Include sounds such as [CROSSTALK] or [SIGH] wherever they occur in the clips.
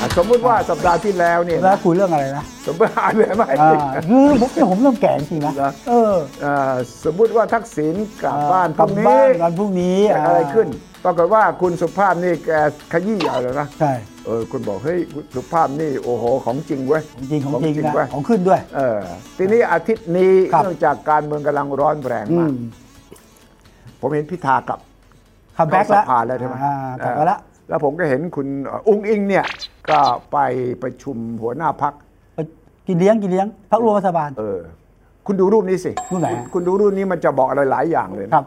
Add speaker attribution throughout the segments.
Speaker 1: อ่ะสมมติว่าสัปดาห์ที่แล้วเนี่ย
Speaker 2: แล้วคุยเรื่องอะไรนะ
Speaker 1: สมมติหายไปไหม
Speaker 2: อ่าคือผมเนี่ยผมเริ่มแก่จริงๆนะ เออ
Speaker 1: อ่าสมมุติว่าทักษิณกลับบ้านพ
Speaker 2: กลั
Speaker 1: รุ่
Speaker 2: บ
Speaker 1: ง
Speaker 2: บ้า
Speaker 1: นี้
Speaker 2: นวันพรุ่งนี้
Speaker 1: เกิดอะไรขึ้น ปรากฏว่าคุณสุภาพนี่แกขยี้ใหญ่เลยนะ
Speaker 2: ใช่
Speaker 1: เออคุณบอกเฮ้ยคุณสุภาพนี่โอ้โหของจริงเว้ย
Speaker 2: จริงของจริงนะ
Speaker 1: เว้ย
Speaker 2: ของขึ้นด้วย
Speaker 1: เออทีนี้อาทิตย์นี้
Speaker 2: ครับ
Speaker 1: เนื่องจากการเมืองกำลังร้อนแรง
Speaker 2: อื
Speaker 1: มาก
Speaker 2: ม
Speaker 1: ผมเห็นพิธากลับ
Speaker 2: คัมแบ็ก
Speaker 1: เข้า
Speaker 2: แล้ว
Speaker 1: สภาแล้วใช่ไหม
Speaker 2: อ่ากลับมาแล้ว
Speaker 1: เออแล้วผมก็เห็นคุณเอ่ออุ้งอิงเนี่ยก็ไปประชุมหัวหน้าพัก
Speaker 2: ไปกินเลี้ยงกินเลี้ยงพักรวมรัฐบาล
Speaker 1: เออ คุณดูรูปนี้สิ
Speaker 2: รูปไหน
Speaker 1: คุณ
Speaker 2: ฮะ
Speaker 1: คุณดูรูปนี้มันจะบอกอะไรหลายอย่างเลยนะครับ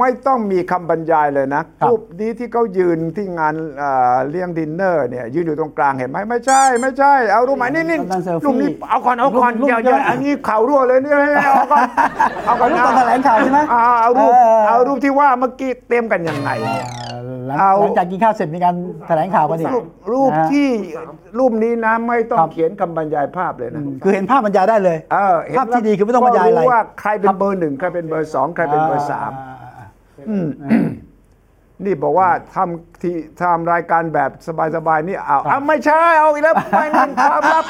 Speaker 1: ไม่ต้องมีคำบรรยายเลยนะ
Speaker 2: ครับ
Speaker 1: รูปนี้ที่เขายืนที่งานเอ่อเลี้ยงดินเนอร์เนี่ยยืนอยู่ตรงกลางเห็นไหมไม่ใช่ ไม่ใช่ เอารูปใหม่นี่นี่
Speaker 2: กำลังเซลฟี่
Speaker 1: รูปนี้เอาก่อนเอาก่อน
Speaker 2: รูป
Speaker 1: เดี๋ยว
Speaker 2: รู
Speaker 1: เดี๋ยว
Speaker 2: ป
Speaker 1: อันนี้ข่าวรั่วเลยเนี่ยเอาก่อนเอาก่อน
Speaker 2: รูปตอนแถลงข่าวใช่ไหม
Speaker 1: อ่เอารูป
Speaker 2: เออ
Speaker 1: เอารูปที่ว่าเมื่อกี้เตรียมกันยังไง
Speaker 2: อ่า
Speaker 1: เนี่ย
Speaker 2: หลัง
Speaker 1: เอา
Speaker 2: หลังจากกินข้าวเสร็จมีการแถลงข่าวกันอีก
Speaker 1: รูปรูป
Speaker 2: นะฮะ
Speaker 1: ที่รูปนี้นะไม่ต้อ
Speaker 2: ค
Speaker 1: ง
Speaker 2: รับ
Speaker 1: เขียนคำบรรยายภาพเลยนะ
Speaker 2: คือเห็นภาพบรรยายได้เลย
Speaker 1: เออเห็น
Speaker 2: ภาพที่ดีคือไม่ต้องบรรยายอะไร
Speaker 1: ก็ว่าใครเป็นเบอร์หนึ่งใครเป็นเบอร์สองใครเป็นเบอร์สามอืมนี่บอกว่าทำที่ทำรายการแบบสบายๆนี่เอาเอาไม่ใช่เอาอีกแล้วไม่นั่นความลับ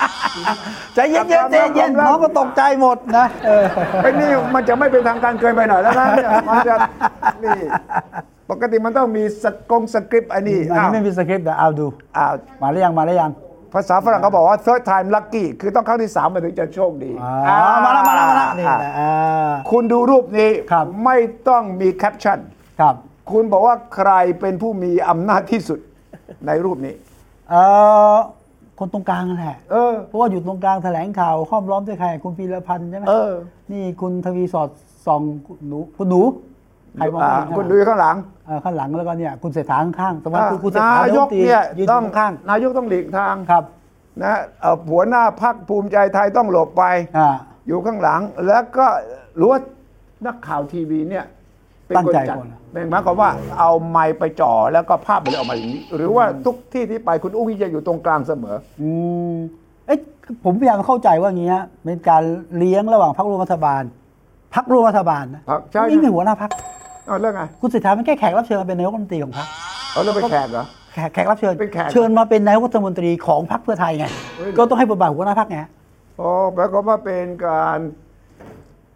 Speaker 2: ใจเย็นๆใจเย็นๆน้องก็ตกใจหมดนะ เออ
Speaker 1: ไอ้นี่มันจะไม่เป็นทางการเกินไปหน่อยแล้วนะเนี่ยมันจะนี่ปกติมันต้องมีสกงสคริปต์ไอ้นี่
Speaker 2: อัน
Speaker 1: อ้า
Speaker 2: นี้
Speaker 1: ว
Speaker 2: ไม่มีสคริปต์แต่เอาดู
Speaker 1: อ้าว
Speaker 2: มาหรือยังมาหรือยัง
Speaker 1: ภาษาฝรั่งเขาบอกว่า third time lucky คือต้องครั้งที่สามมันถึงจะโชคดี
Speaker 2: อ๋อมาแล้วมาแล้วมาแล้วนี่
Speaker 1: อ่า
Speaker 2: นะอ่า
Speaker 1: คุณดูรูปนี้
Speaker 2: ครับ
Speaker 1: ไม่ต้องมีแคปชั่น
Speaker 2: ครับ
Speaker 1: คุณบอกว่าใครเป็นผู้มีอำนาจที่สุด [LAUGHS] ในรูปนี้
Speaker 2: เออคนตรงกลางนั่นแหละ
Speaker 1: เออ
Speaker 2: เพราะว่าอยู่ตรงกลางแถลงข่าวห้อมล้อมด้วยใครคุณพีรพันธ์ใช่ไหม
Speaker 1: เออ
Speaker 2: นี่คุณทวีสอดส่องคุณหนูคุณหนูใครมอง
Speaker 1: อ่า
Speaker 2: ข้างหลัง
Speaker 1: คุณดูข้างหลัง
Speaker 2: เออข้างหลังแล้วก็เนี่ยคุณเศรษฐาข้างๆสำคัญคือคุณเศรษ
Speaker 1: นา
Speaker 2: ฐารัฐ
Speaker 1: ย
Speaker 2: ม
Speaker 1: ก
Speaker 2: ตรี
Speaker 1: เนี่ย
Speaker 2: ยืน
Speaker 1: ต้อง
Speaker 2: ข้าง
Speaker 1: นายกต้องหลีกทาง
Speaker 2: ๆครับ
Speaker 1: นะเอ่อหัวหน้าพักภูมิใจไทยต้องหลบไป
Speaker 2: อ่า
Speaker 1: อยู่ข้างหลังแล้วก็รู้ว่านักข่าวทีวีเนี่ยเป็น
Speaker 2: ตั้ง
Speaker 1: คน
Speaker 2: ใจ
Speaker 1: จัด
Speaker 2: ก่อนนะ
Speaker 1: เป็นหมายความว่าเอาไมค์ไปจ่อแล้วก็ภาพมันเลยออกมาอย่างนี้ หรือว่าทุกที่ที่ไปคุณอุ้งอิ๊งจะอยู่ตรงกลางเสมอ
Speaker 2: อืมเอ้ยผมพยายามเข้าใจว่าอย่างเงี้ยเป็นการเลี้ยงระหว่างพรรคร่วมรัฐบาลพรรคร่วมรัฐบาลนะ
Speaker 1: พรรคใช่
Speaker 2: นี่คือหัวหน้าพรรค
Speaker 1: เอาเรื่องไง
Speaker 2: คุณเศรษฐาเป็นแค่แขกรับเชิญมาเป็นนายกรัฐมนตรีของพรรค
Speaker 1: เอาเรื่องไปแขกเหรอ
Speaker 2: แขกแขกรับเชิญ
Speaker 1: เป็นแขก
Speaker 2: เชิญมาเป็นนายกรัฐมนตรีของพรรคเพื่อไทยไง
Speaker 1: เฮ้ย
Speaker 2: ก็ต้องให้บทบาทหัวหน้าพรรคไงฮะ
Speaker 1: อ๋อแปลว่าเป็นการ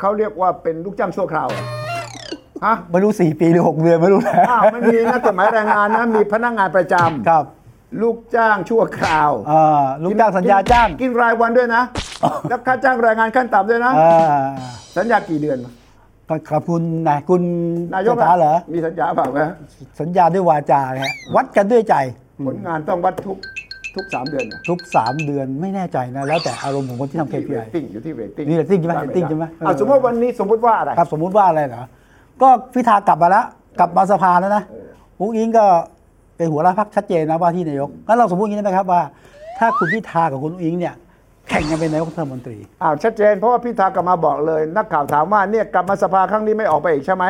Speaker 1: เขาเรียกว่าเป็นลูกจ้างชั่วคราวอะฮะ
Speaker 2: ไม่รู้สี่ปีหรือหกเดือนไม่รู้นะ
Speaker 1: อ้าวมันมีนะกฎหมายแรงงานนะมีพนักงานประจำ
Speaker 2: ครับ
Speaker 1: ลูกจ้างชั่วคราว
Speaker 2: เอ่อลูกจ้างสัญญาจ้าง
Speaker 1: กินรายวันด้วยนะ แล้วค่าจ้างแรงงานขั้นต่ำด้วยนะ
Speaker 2: เอ่อ
Speaker 1: สัญญากี่เดือนวะ
Speaker 2: กับกับคุณนายคุณ
Speaker 1: นายก
Speaker 2: เศรษฐาเหรอ
Speaker 1: มีสัญญาเปล่าไหม
Speaker 2: สัญญาด้วยวาจาไงฮะวัดกันด้วยใจ
Speaker 1: ผลงานต้องวัดทุกทุกสามเดือนนะ
Speaker 2: ทุก 3 เดือนไม่แน่ใจนะ แล้วแต่อารมณ์ของคนที่ทำ
Speaker 1: ที่เร
Speaker 2: KPI
Speaker 1: ตติ้งอยู่ที่เรตติ้ง
Speaker 2: นี่ rating ใช่ไหม rating ใช่ไหมเออ
Speaker 1: เอาสมมติวันนี้สมมติว่าอะไร
Speaker 2: ครับสมมุติว่าอะไรเหรอ ก็พิธากลับมาแล้ว กลับมาสภาแล้วนะอุ้งอิงก็เป็นหัวหน้าพักชัดเจนนะว่าที่นายกงั้นเราสมมติอย่างนี้ได้ไหมครับว่า ถ้าคุณพิธากับคุณอุ้งอิงเนี่ยแข่งกันเป็นนายกรัฐมนตรี
Speaker 1: อ้าวชัดเจนเพราะว่าพิธากลับมาบอกเลย นักข่าวถามว่าเนี่ยกลับมาสภาครั้งนี้ไม่ออกไปอีกใช่ไหม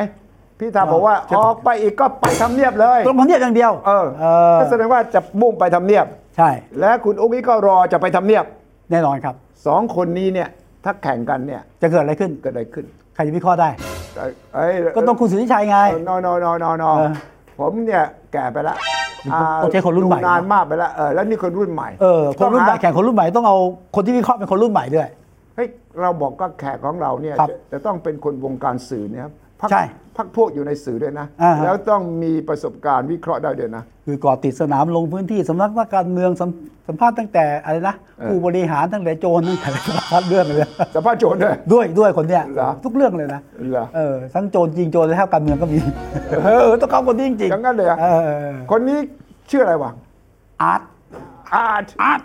Speaker 1: พิธาบอกว่า
Speaker 2: ใช่ครั
Speaker 1: อ
Speaker 2: บ
Speaker 1: อกไปอีกก็ไปทำเนียบเลย
Speaker 2: ตรงพันเนียบอย่างเดียว
Speaker 1: เออก็แสดงว่าจะมุ่งไปทำเนียบ
Speaker 2: ใช่
Speaker 1: และคุณอุ้งอิ๊งก็รอจะไปทำเนียบ
Speaker 2: แน่นอนครับ
Speaker 1: สองคนนี้เนี่ยถ้าแข่งกันเนี่ย
Speaker 2: จะเกิดอะไรขึ้น
Speaker 1: เกิดอะไรขึ้น
Speaker 2: ใครจะวิเคราะห์ได้
Speaker 1: เอ้ยเย
Speaker 2: ก็ต้องคุณสุทธิชัยไง
Speaker 1: เออนอนอนอนอ
Speaker 2: เออ
Speaker 1: ผมเนี่ยแก่ไปละ
Speaker 2: ต้องต้องใช้คนรุ่นใหม่
Speaker 1: ดูนานมากไปละเออแล้วนี่คนรุ่นใหม่
Speaker 2: เออคนรุ่นใหม่
Speaker 1: ต้องา
Speaker 2: แข่งคนรุ่นใหม่ต้องเอาคนที่วิเคราะห์เป็นคนรุ่นใหม่ด้วย
Speaker 1: เฮ้ยเราบอกว่าแขกของเราเนี่ย
Speaker 2: ครับ
Speaker 1: จะจะต้องเป็นคนวงการสื่อเนี่ยครับพัก
Speaker 2: ใช่
Speaker 1: พักพวกอยู่ในสื่อด้วยนะ
Speaker 2: อ่าฮะ
Speaker 1: แล้วต้องมีประสบการณ์วิเคราะห์ได้ด้วยนะ
Speaker 2: คือก่อติดสนามลงพื้นที่สำนักนักการเมืองสัมสัมภาษณ์ตั้งแต่อะไรนะ
Speaker 1: เออ
Speaker 2: ผู้บริหารตั้งแต่โจรตั้งแต่สาร [LAUGHS] พัดเรื่องเลย
Speaker 1: สัมภาษณ์โจรด้วย
Speaker 2: ด้วยด้วยคนเนี้ย
Speaker 1: เหรอ
Speaker 2: ทุกเรื่องเลยนะ
Speaker 1: เหรอ
Speaker 2: เออทั้งโจรจริงโจรและท้าการเมืองก็มี เออต้องเข้าคนนี้จริงๆ
Speaker 1: อย่างนั้นเลยเหรอ
Speaker 2: เออ
Speaker 1: คนนี้ชื่ออะไรวะ
Speaker 2: อาร์ต
Speaker 1: อาร์ตอาร์ต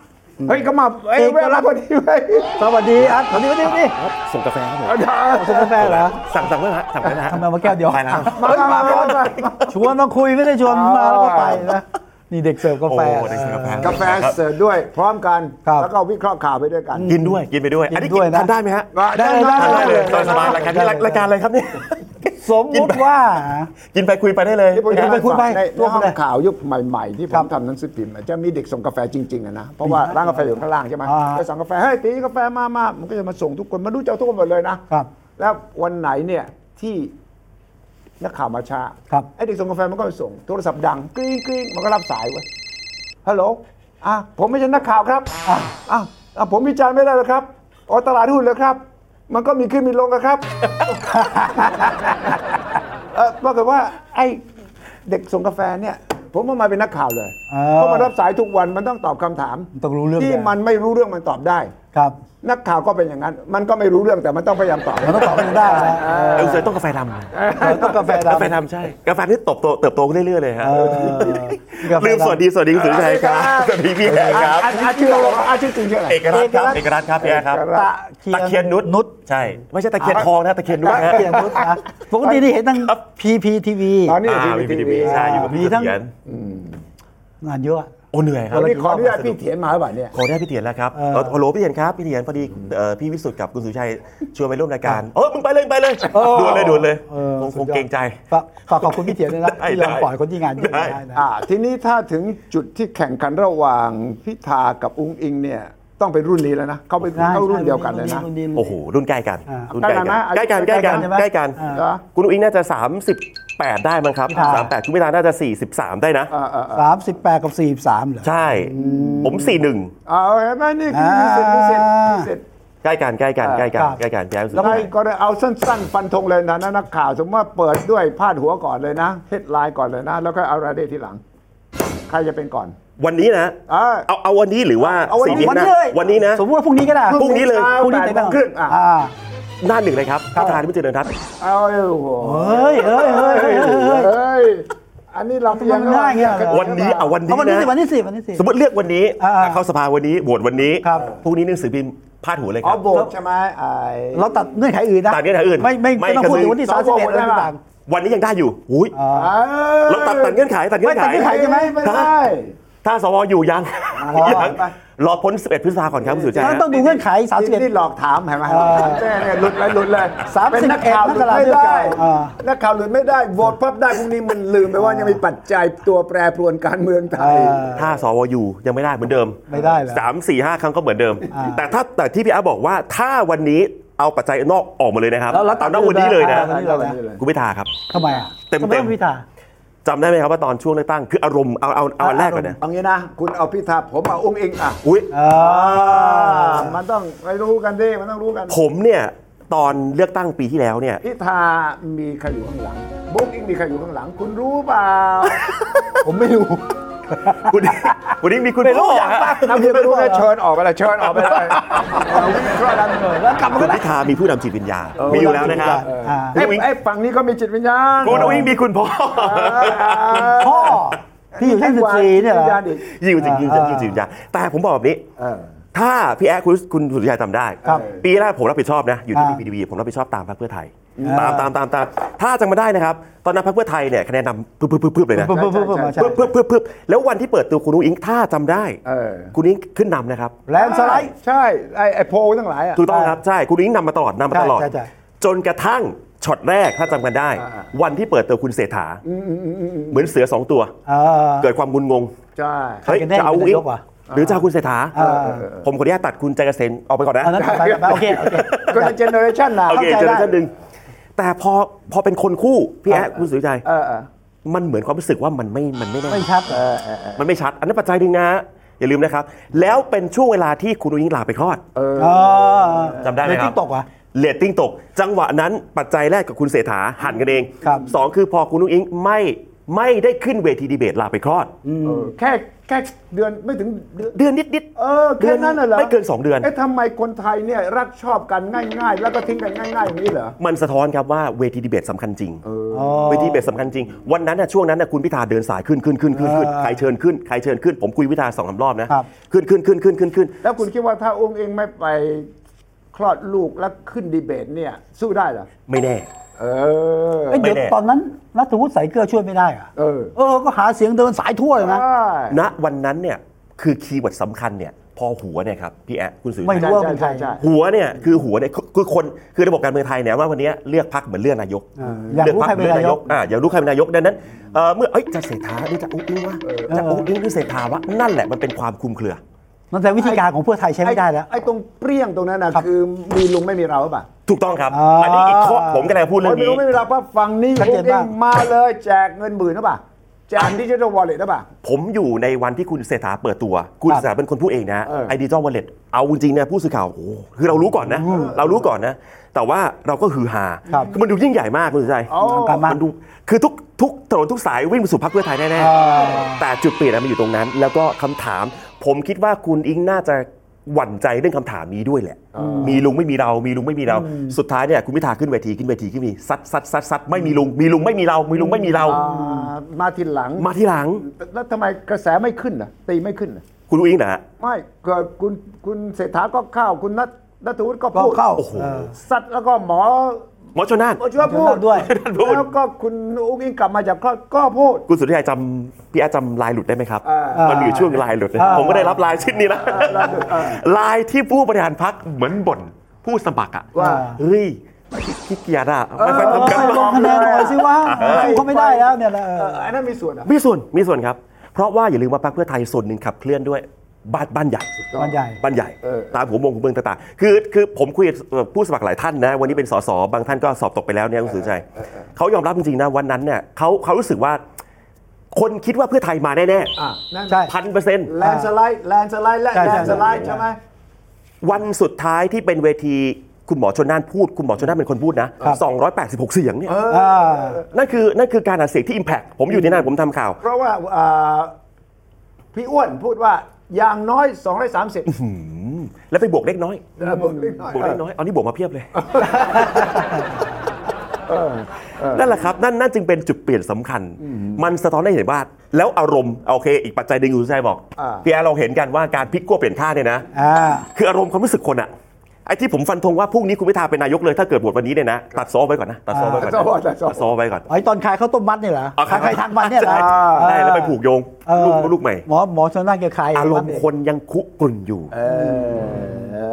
Speaker 1: เฮ้ยก็มาเอ้ยเวลาพอดีเว้ย
Speaker 2: สวัสดีอาร์ตสวัสดีสวัสดีสวัสดี
Speaker 3: ครับส่งกาแฟครับผม
Speaker 1: เอาเดี๋ยว
Speaker 2: ชงกาแฟเหรอ
Speaker 3: สั่งสั่งเมื่อไหร่สั่งเมื่อไหร่
Speaker 2: ทำไมมาแก้วเดียว
Speaker 3: ไปแล้ว
Speaker 1: มามามามา
Speaker 2: ชวนมาคุยไม่ได้ชวน
Speaker 1: อ๋อ
Speaker 2: มาแล้วก็ไปนะนี่เด็กเสิร์ฟกา
Speaker 3: โอ้
Speaker 2: แฟ
Speaker 3: ได้กินกาแฟ
Speaker 1: กาแฟ
Speaker 3: ครับ
Speaker 1: เสิร์ฟด้วยพร้อมกัน
Speaker 2: ครับ
Speaker 1: แล้วก็วิเคราะห์ข่าวไปด้วยกัน
Speaker 3: กินด้วยกินไปด้วย อันนี้
Speaker 2: กินด้วยนะ
Speaker 3: ทานได้ไหมฮะ
Speaker 2: ได้เลย
Speaker 3: ทาน
Speaker 2: ได้
Speaker 3: ได้
Speaker 2: เล
Speaker 3: เลย ยสบายๆรายการนี้รายการอะไรครับเนี่ย
Speaker 2: สมมุติว่า
Speaker 3: กินไปคุยไปได้เลย
Speaker 1: ที่ผม
Speaker 2: เดี๋ยวไปคุยไป
Speaker 1: ใน
Speaker 2: ร่วม
Speaker 1: ห้อง
Speaker 2: เลย
Speaker 1: ข่าวยุคใหม่ๆ ที่ผมทำหนังสือพิมพ์อะจะมีเด็กส่งกาแฟจริงๆอะนะ เพราะว่าร้านกาแฟอยู่ข้างล่างใช่ไหม
Speaker 2: อ่า
Speaker 1: ไปสั่งกาแฟเฮ้ยตีกาแฟมามามันก็จะมาส่งทุกคนมันรู้จักทุกคนหมดเลยนะ
Speaker 2: ครับ
Speaker 1: แล้ววันไหนเนี่ยที่นักข่าวมาช้า
Speaker 2: ครับ
Speaker 1: ไอ้เด็กส่งกาแฟมันก็ไปส่งโทรศัพท์ดังกริ๊งกริ๊งมันก็รับสายไว้ยฮัลโหลอ่ะผมไม่ใช่นักข่าวครับอ่ะอ่ะอ่ะผมวิจารณ์ไม่ได้หรอกครับอ๋อตลาดหุ้นเหรอครับ มันก็มีขึ้นมีลงอะครับ เออปรากฏว่าไอ้เด็กส่งกาแฟเนี่ย ผมเอามาเป็นนักข่าวเลย
Speaker 2: เออ
Speaker 1: เพราะมันรับสายทุกวันมันต้องตอบคำถาม
Speaker 2: ต้องรู้เรื่อง
Speaker 1: ที่
Speaker 2: ด้วย
Speaker 1: มันไม่รู้เรื่องมันตอบได้
Speaker 2: ครับ
Speaker 1: นักข่าวก็เป็นอย่างนั้น มันก็ไม่รู้เรื่องแต่มันต้องพยายามตอบ
Speaker 2: มันต้องตอบให้ได้นะ
Speaker 3: เออต้องกาแฟดำนะ
Speaker 2: ต้องกาแฟดำ
Speaker 3: กาแฟดำใช่ กาแฟที่เติบโตเติบโตขึ้นเรื่อยๆเลยฮะ
Speaker 2: เออกาแฟดำ
Speaker 3: ลืมสวัสดีสวัสดีคุณสุริชัยครับ สวัสดีพี่แอนครับ
Speaker 1: อ่ะอ่ะชื่ออะไรอ่ะชื่อจริงชื่ออะไร
Speaker 3: เอกรัตน์ครับ เอกรัตน์ครับพี่แอนครับ
Speaker 2: ตะ
Speaker 3: ตะเคียนนุช
Speaker 2: นุช
Speaker 3: ใช่ ไม่ใช่ตะเคียนทองนะตะเคียนนุช
Speaker 2: ตะ
Speaker 3: ฮะ
Speaker 2: เคียนนุชนะปกตินี่เห็นทั้งพีพีทีวี
Speaker 1: อ๋อนี่
Speaker 3: อ่า
Speaker 1: VTV
Speaker 3: VTV ใช่อยู่กับพี่
Speaker 2: มีทั้ง
Speaker 3: เถียน
Speaker 2: งานเยอะ
Speaker 3: โอ้เหนื่อยครั
Speaker 1: วั
Speaker 3: บ
Speaker 1: นนี้ขออนุญาตพี่เถียนมาหรือเปล่าเนี่ย
Speaker 3: ขอได้พี่เถียนแล้วครับ
Speaker 2: เออ
Speaker 3: เอ่อฮัลโหลพี่เถียนครับพี่เถียนพอดีเอ่อพี่วิสุทธ์กับคุณสุชัยชวนไปร่วมรายการเออมึงไปเลยมึงไปเลยด่วนเลยด่วนเลย
Speaker 2: เออ
Speaker 3: คงค
Speaker 2: สุ
Speaker 3: ง
Speaker 2: ดยอด
Speaker 3: เกรงใจ
Speaker 2: ฝากฝากขอบคุณพี่เถียนด้วยนะ
Speaker 3: ได้
Speaker 2: ที่ยอม
Speaker 3: ได้
Speaker 2: ปล่อยคนที่งานเยอะ
Speaker 3: ได้
Speaker 2: ได้นะ
Speaker 1: อ่า ทีนี้ถ้าถึงจุดที่แข่งกันระหว่างพิธากับอุ้งอิงเนี่ย ต้องเป็นรุ่นนี้แล้วนะ เขาเป็นเขารุ่นเดียวกันเลยนะ
Speaker 3: โอ้โหรุ่นใกล้กัน
Speaker 2: อ่ารุ่
Speaker 3: รุ่นใกล้กัน
Speaker 1: ใก
Speaker 3: ใก
Speaker 1: ล้
Speaker 3: ล้
Speaker 1: กันะ
Speaker 2: ใกล้
Speaker 3: กัน นใกล้กัน
Speaker 2: กันใช่ไหม
Speaker 3: ใกล้กัน
Speaker 2: อ่า
Speaker 1: เหรอ
Speaker 3: คุณอุ้งน่าจะ 38 ได้มั้งครับ
Speaker 2: พิธา
Speaker 3: 38คุณพิธาน่าจะ 43 ได้นะ
Speaker 1: อ่าอ่าอ่า
Speaker 2: สามสิบแปดกับสี่สามเหรอ
Speaker 3: ใช่ผม
Speaker 1: เอาเห็นไหมนี่คือพิเศษพิเศษพิเศษ
Speaker 3: 41 ใกล้กันใกล้กันใกล้กัน
Speaker 2: ครับ
Speaker 3: ใกล้กันพี่แอนสุด
Speaker 1: แล้วก็ก็เลยเอาสั้นๆ ฟันธงเลยนะนักข่าว สมมติว่าเปิดด้วยพาดหัวก่อนเลยนะเฮดไลน์ก่อนเลยนะ แล้วก็เอารายละเอียดทีหลัง ใครจะเป็นก่อน
Speaker 3: วันนี้นะ
Speaker 1: อ่า
Speaker 3: เอาเอาวันนี้หรือว่า
Speaker 1: เอาวันนี้
Speaker 3: สี่
Speaker 2: วันนี้
Speaker 3: หา
Speaker 2: เลย
Speaker 3: วันนี้นะ
Speaker 2: สมมติว่าพรุ่งนี้ก็ได้
Speaker 3: พรุ่งนี้เลย
Speaker 1: พ
Speaker 2: พ
Speaker 1: รุ่
Speaker 2: รุ่
Speaker 1: ง
Speaker 2: ง
Speaker 1: นี้
Speaker 2: นี้
Speaker 1: เช้าแปดโมง
Speaker 2: ไปบ้าง
Speaker 1: ครึ่งอ่ะ
Speaker 2: อ่า
Speaker 3: หน้าหนึ่งเลยครับพิธาที่ไม่เจริญทัศน์
Speaker 1: เอาเอ้ยโอ้โห
Speaker 2: เฮ้ยเฮ้ยเฮ้ยเฮ้ยเฮ้ยเฮ้ย
Speaker 1: เฮ้ยอันนี้เราเตรียม
Speaker 2: มันง่ายเงี้ยเหรอ
Speaker 3: วันนี้เอาวันนี้
Speaker 2: เอาวันนี้
Speaker 3: นะ
Speaker 2: สิวันนี้สิวันนี้สิ
Speaker 3: สมมติเลือกวันนี้
Speaker 2: อ่า
Speaker 3: เข้าสภาวันนี้โหวตวันนี้
Speaker 2: ครับ
Speaker 3: พรุ่งนี้หนังสือพิมพ์พาดหัวเลยค
Speaker 1: อ๋อ
Speaker 3: รับ
Speaker 1: โบกใช่ไหมไอ้
Speaker 2: เราตัดเงื่อนไขอื่นนะ
Speaker 3: ตัดเงื่อนไขอื่น
Speaker 2: ไม่ไม่
Speaker 3: ไม่
Speaker 2: ไม่ต้องพูด
Speaker 3: กระ
Speaker 2: ถึงวัน
Speaker 3: ทืบ
Speaker 2: ที่
Speaker 1: ส
Speaker 2: สาวมสิบเอ็ด
Speaker 1: ได้
Speaker 2: ได้
Speaker 1: ปะ
Speaker 2: ต่าง
Speaker 3: วันนี้ยังได้อยู่อุ้ย
Speaker 2: ๆอ่า
Speaker 3: เราตัดตัดเงื่อนไขตัดเงื่อนไข
Speaker 2: ไม่ตัดเงื่อนไข ใช่หม
Speaker 1: ไม่ได้
Speaker 3: ถ้าสวอยู่ยัง
Speaker 1: อ๋อ
Speaker 3: ยังรอพ้น 11 พฤษภาก่อนครับคุณสุใจ
Speaker 2: แล้ว
Speaker 3: นะ
Speaker 2: ต้องดูเงื่อนไขสามสิบเอ็ด
Speaker 1: นี่หลอกถามเห็นไหม
Speaker 2: เออ
Speaker 1: แม่เนี่ยหลุดเลยหลุดเลย
Speaker 2: สามสิบ
Speaker 1: เป็นนักข่าวหลุดไม่
Speaker 2: นัก
Speaker 1: ได้
Speaker 2: ข่าวเออ
Speaker 1: นักข่าวหลุดไม่ได้โหวตพับได้พรุ่งนี้มันลืมไปว่ายังมีปัจจัยตัวแปรปรวนการเมืองไทย
Speaker 3: ถ้าสวอยู่ยังไม่ได้เหมือนเดิม
Speaker 2: ไม่ได้เหรอ
Speaker 3: สามสี่ห้าครั้งก็เหมือนเดิม
Speaker 2: อ่า
Speaker 3: แต่ถ้าแต่ที่พี่อาร์ตบอกว่าถ้าวันนี้เอาปัจจัยนอกออกมาเลยนะครับ
Speaker 2: แล้วแล้วตั
Speaker 3: เอา
Speaker 2: ด
Speaker 3: นอกวันนี้เลยนะ
Speaker 2: อ่าวันนี้เลย
Speaker 3: คุณพิธาครับ
Speaker 2: ทำไมอ่ะ
Speaker 3: เต็มๆ
Speaker 2: ทำไต้องพิธา
Speaker 3: จำได้ไหมครับว่าตอนช่วงเลือกตั้งคืออารมณ์เอาเอาเอาอันแรกก่อนนะ
Speaker 1: เอางี้นะ คุณเอาพิธาผมเอาอุ้งอิงอ่ะ
Speaker 3: อุ้ย
Speaker 1: อ่ามันต้องไปรู้กันดิมันต้องรู้กัน
Speaker 3: ผมเนี่ยตอนเลือกตั้งปีที่แล้วเนี่ย
Speaker 1: พิธามีใครอยู่ข้างหลังบุ๊กอิงมีใครอยู่ข้างหลัง คุณรู้เปล่า
Speaker 2: ผมไม่รู้
Speaker 3: คุณวันนี้มีคุณพ่อ
Speaker 2: อยากฟัง
Speaker 1: ถ้าคุณไม่รู้นะเชิญออกไปเลยเชิญออกไปเลยเอาวิเคราะห์กันเลยแล้วกลับมา
Speaker 3: คุ
Speaker 1: ก็
Speaker 3: ณ
Speaker 1: ได้
Speaker 3: พิธามีผู้นำจิตวิญญาณมีอยู่แล้วนะครับ
Speaker 2: อ่า
Speaker 1: ไอ้ยไอ้ฝั่งนี้ก็มีจิตวิญญาณ
Speaker 3: คุณอุ้งมีคุณพ่อ
Speaker 2: พ่อที่อยู่ชั้นสิบสี่เนี่ยเหรอ
Speaker 1: วิญญาณอีก
Speaker 3: ยิวจริงยิวจริงยิวจริงจ้าแต่ผมบอกแบบนี้ ถ้าพี่แอ๊คุณคุณสุริยาจำได้
Speaker 2: ครับ
Speaker 3: ปีแรกผมรับผิดชอบนะ อยู่ที่
Speaker 2: อ่า
Speaker 3: พีดีวีผมรับผิดชอบตามพรรคเพื่อไทย
Speaker 2: อ่า
Speaker 3: ตามตามตามตามถ้าจำมาได้นะครับ ตอนนั้นพรรคเพื่อไทยเนี่ยคะแนนนำปึ๊บปึ๊บปึ๊บปึ๊บเลยนะ
Speaker 2: ปุ๊บปุ๊บปุ๊บปุ๊บมาใช่
Speaker 3: ปึ๊บปึ๊บปึ๊บปึ๊บแล้ววันที่เปิดตัวคุณอุ้งอิงถ้าจำได้
Speaker 1: เออ
Speaker 3: คุณอุ้งขึ้นนำนะครับ
Speaker 2: แลนด์สไลด์
Speaker 1: ใช่ไอ้ไอ้โพลทั้งหลายอ่ะ
Speaker 3: ถูกต้องครับ ใช่ คุณอิงนำมาตลอดนำมาตลอด
Speaker 2: ใช่ใช่ใช่
Speaker 3: จนกระทั่งช็อตแรกถ้าจำกันได้
Speaker 1: อ่า
Speaker 3: วันที่เปิดตัวคุณเศรษฐาเหมือนเสือสองตัว
Speaker 2: เออ
Speaker 3: เกิดความงุนงง
Speaker 1: ใช่
Speaker 3: เฮ้ย
Speaker 2: ใครกันแน่
Speaker 3: จะเอา
Speaker 2: เป็น
Speaker 3: อุ้ง
Speaker 2: นาย
Speaker 3: อิง
Speaker 2: กวะ
Speaker 3: หรือจะเอาคุณเศรษฐา
Speaker 2: เออ
Speaker 3: ผมขออนุญาตตัดคุณใจเกษมออกไปก่อนนะ
Speaker 2: อันนั้นไปไปโอเคโอเค
Speaker 1: ก็เจเนอเรชันนะ
Speaker 3: โอเค
Speaker 2: เข้าใจ
Speaker 3: เจอ
Speaker 2: ได้
Speaker 3: ท่านหนึ่งแต่พอพอเป็นคนคู่พี่แอ๊ะคุณสุริชัย
Speaker 1: เออเออ
Speaker 3: มันเหมือนความรู้สึกว่ามันไม่มันไม่แน่
Speaker 2: ไม่ชัด
Speaker 1: เออเออเออ
Speaker 3: มันไม่ชัด อันนั้นปัจจัยหนึ่งนะอย่าลืมนะครับ แล้วเป็นช่วงเวลาที่คุณอุ้งอิงลาไปคลอด
Speaker 2: เออ
Speaker 3: จำได้ไหมครับ
Speaker 2: ในติ๊กตอกอ่ะ
Speaker 3: เรตติ้งตก จังหวะนั้นปัจจัยแรกกับคุณเสถาหันกันเอง
Speaker 2: ครับ
Speaker 3: สองคือพอคุณนุ้งอิงไม่ไม่ได้ขึ้นเวทีดีเบตลาไปคลอด
Speaker 1: เออแค่แค่เดือนไม่ถึงเดือน
Speaker 3: เดือนนิดนิดๆ
Speaker 1: เออแค่นั้นน่ะเหรอ
Speaker 3: ไม่เกิน 2 เดือน
Speaker 1: เอ๊ะทำไมคนไทยเนี่ยรักชอบกันง่ายๆ แล้วก็ทิ้งกันง่ายๆอย่างนี้เหรอ
Speaker 3: มันสะท้อนครับว่าเวทีดีเบตสำคัญจริงเวทีดีเบตสำคัญจริง วันนั้นน่ะช่วงนั้นน่ะคุณพิธาเดินสายขึ้นขึ้นขึ้นขึ้นขึ้น
Speaker 2: อ่า
Speaker 3: ใครเชิญขึ้นใครเชิญขึ้น ผมคุยพิธาสองสามรอบนะครับ ขึ้นขึ้นขึ้นขึ้นขึ้นขึ้น
Speaker 1: แล้วคุณคิดว่าถ้าองค์เองไม่ไปคลอดลูกแล้วขึ้นดีเบตเนี่ย สู้ได้เหรอ
Speaker 3: ไม่แน่
Speaker 1: เออ
Speaker 2: เอ้ยเดี๋ยว
Speaker 3: ไม่แน่
Speaker 2: ตอนนั้นรัฐวุฒิสายเกลือช่วยไม่ได้เหรอ่ะ
Speaker 1: เออ
Speaker 2: เออ ก็หาเสียงเดินสายทั่วเลยนะ
Speaker 1: ใช่
Speaker 3: ณวันนั้นเนี่ยคือคีย์เวิร์ดสำคัญเนี่ยพอหัวเนี่ยครับพี่แอะคุณสุริชัย
Speaker 2: ไม่รู้
Speaker 1: ใช่ใช่ใช่ใช่
Speaker 3: หัวเนี่ยคือหัวเนี่ยคือคือคนคือระบบการเมืองไทยเนี่ยว่าวันนี้เลือกพักเหมือนเลือกนายก
Speaker 2: อยากรู้
Speaker 3: ลืพ
Speaker 2: ใครเป็น
Speaker 3: ลื
Speaker 2: นายก
Speaker 3: อ่าอยากรู้ใครเป็นนายกดังนั้นเอ่อเมื่อเอ้ยจะเศรษฐาหรือจะอุ้งอิงวะจะอุ้งอิงหรือเศรษฐาวะนั่นแหละมันเป็นความคลุมเครือ
Speaker 2: นั่นแต่วิธีการของเพื่อไทยใช้ไม่ได้แล้ว
Speaker 1: อ้อ้ตรงเปรี้ยงตรงนั้นนะครับ คือมีลุงไม่มีเราหรือเปล่ะ
Speaker 3: ถูกต้องครับ
Speaker 2: อ่า
Speaker 3: อันนี้อีกข้อผมกำลังพูด
Speaker 1: ค
Speaker 3: เรื่อน ง
Speaker 1: ไม่
Speaker 3: นี้
Speaker 1: รู้ไม่มีเวลาปั๊บฟังนี่
Speaker 2: ชัดเจนมาก
Speaker 1: โอ้ยมาเลย แจกเงินหมื่นหรือเปล่าแจกดิจิทัลวอลเล็ตหรือเปล่า
Speaker 3: ผมอยู่ในวันที่คุณเศรษฐาเปิดตัว คุณ
Speaker 2: ครับ
Speaker 3: เศรษฐาเป็นคนพูดเองนะ
Speaker 1: เออ
Speaker 3: ไอดิจิ a อ w วอลเล็ตเอาจริงๆนะผู้สื่อข่าวโอ้โหคือเรารู้ก่อนนะ เรารู้ก่อนนะ แต่ว่าเราก็ฮือฮา
Speaker 2: ครับ
Speaker 3: อมันดูยิ่งใหญ่มากคุณสุชัย
Speaker 1: อ๋อ
Speaker 2: ลังการมาก
Speaker 3: มันดูคือทุกทุกถนนทุกสายวิ่งไปสู่พรรคเพื่อไทยแน่ๆแต่จุดเปลี่ยนอะมันอยู่ตรงนั้น แล้วก็คำถาม ผมคิดว่าคุณอิงน่าจะหวั่นใจเรื่องคำถามนี้ด้วยแหละ มีลุงไม่มีเรา มีลุงไม่มีเรา สุดท้ายเนี่ยคุณพิธาขึ้นเวทีขึ้นเวทีขึ้นเวทีซัดซัดซัดซัดไม่มีลุงมีลุงไม่มีเรา มีลุงไม่มีเรา
Speaker 1: อ่ามาทีหลัง
Speaker 3: มาที่หลัง
Speaker 1: แล้วทำไมกระแสไม่ขึ้นน่ะ ตีไม่ขึ้นน่ะ
Speaker 3: คุณอุ้งอิงนะฮะ
Speaker 1: ไม่เกิดคุณคุณเศรษฐาก็เข้าคุณนัทนัทวุฒิก็
Speaker 2: ก็
Speaker 1: พูด
Speaker 2: เข้า
Speaker 3: โอ้โห
Speaker 2: เออ
Speaker 1: สัตว์แล้วก็หมอ
Speaker 3: หมอชนน่าน
Speaker 1: หมอชัวพูด
Speaker 2: ด้วย
Speaker 1: แล้วก็คุณอุ้งอิงกลับมาจากคลอดก็พูด
Speaker 3: คุณสุทธิชัยจำพี่อาจำลายหลุดได้ไหมครับ มันมีอยู่ช่วงลายหลุดนะ
Speaker 2: อ่า
Speaker 3: ผมก็ได้รับลายชิ้นนี้แล้วลายที่ผู้บริหารพักเหมือนบ่นผู้สมัครอะ
Speaker 1: ว่า
Speaker 3: เฮ้ยขี้เกียจอะไม่ค่อย
Speaker 2: เอ
Speaker 3: ทำกัน
Speaker 2: อล
Speaker 3: บ้าง
Speaker 2: คะ
Speaker 3: น
Speaker 2: แนนหน่อยสิว่าสู้เขาไม่ได้แล้วเนี่ยนะเอ
Speaker 1: เอ
Speaker 2: อ
Speaker 1: ออันนั้นมีส่วนอ่ะ
Speaker 3: มีส่วนมีส่วนครับ เพราะว่าอย่าลืมว่าพรรคเพื่อไทยส่วนหนึ่งขับเคลื่อนด้วยบ้านบ้านใหญ่
Speaker 2: บ้านใหญ่
Speaker 3: บ้านใหญ่ ตามหัวมงของเมืองต่างๆ คือคือผมคุยกับผู้สมัครหลายท่านนะ วันนี้เป็นสสบางท่านก็สอบตกไปแล้วเนี่ยคุณสุทธิชัยเขายอมรับจริงๆนะวันนั้นเนี่ยเขาเขารู้สึกว่า คนคิดว่าเพื่อไทยมาแน่
Speaker 1: อ่ะนั่น
Speaker 2: ใช่
Speaker 3: ๆพันเปอร์เซ็นต์
Speaker 1: แลนสไลด์แลนสไลด์และ
Speaker 2: ใช่
Speaker 1: แล
Speaker 2: ใช่
Speaker 1: นสไลด์ใช่ไหม
Speaker 3: วันสุดท้ายที่เป็นเวทีคุณหมอชนน่านพูด คุณหมอชนน่านเป็นคนพูดนะ 286 เสียงเนี่ย
Speaker 2: อ่า
Speaker 3: นั่นคือนั่นคือการหาเสียงที่ Impact ผมอยู่ที่นั่นผมทำข่าว
Speaker 1: เพราะว่าอ่าพี่อ้วนพูดว่าอย่างน้อย
Speaker 2: [LAUGHS]
Speaker 1: 230
Speaker 3: แล้วไปบวกเล็กน้อย
Speaker 1: เออบวกเล็กน้อย
Speaker 3: บวกเล็กน้อยเอานี่บวกมาเพียบเลย นั่นแหละครับนั่นนั่นจึงเป็นจุดเปลี่ยนสำคัญ มันสะท้อนให้เห็นว่าแล้วอารมณ์โอเค อีกปัจจัยหนึ่งคุณสุชัยบอกพี่แอร์เราเห็นกันว่าการพลิกขั้วเปลี่ยนข้างเนี่ยนะ
Speaker 2: อ่า
Speaker 3: คืออารมณ์ความรู้สึกคนอะไอ้ที่ผมฟันธงว่าพรุ่งนี้คุณพิธาเป็นนายกเลยถ้าเกิดบวชวันนี้เนี่ยนะตัดซอไว้ก่อนนะตัดซอไว้ก่อนนะตัดซอไว้ก่อน
Speaker 2: ไอ้ตอนขายข้าวต้มมัดเนี่ยเหรอ
Speaker 3: เอา
Speaker 2: ขายใครทางมันเนี่ยเหรอ
Speaker 3: ใช่ได้แล้วไปผูกโยง
Speaker 2: เออ
Speaker 3: ลูกลูกใหม่
Speaker 2: หมอหมอชนน่านแกขาย
Speaker 3: อารมณ์คนยังคุกรุ่นอยู่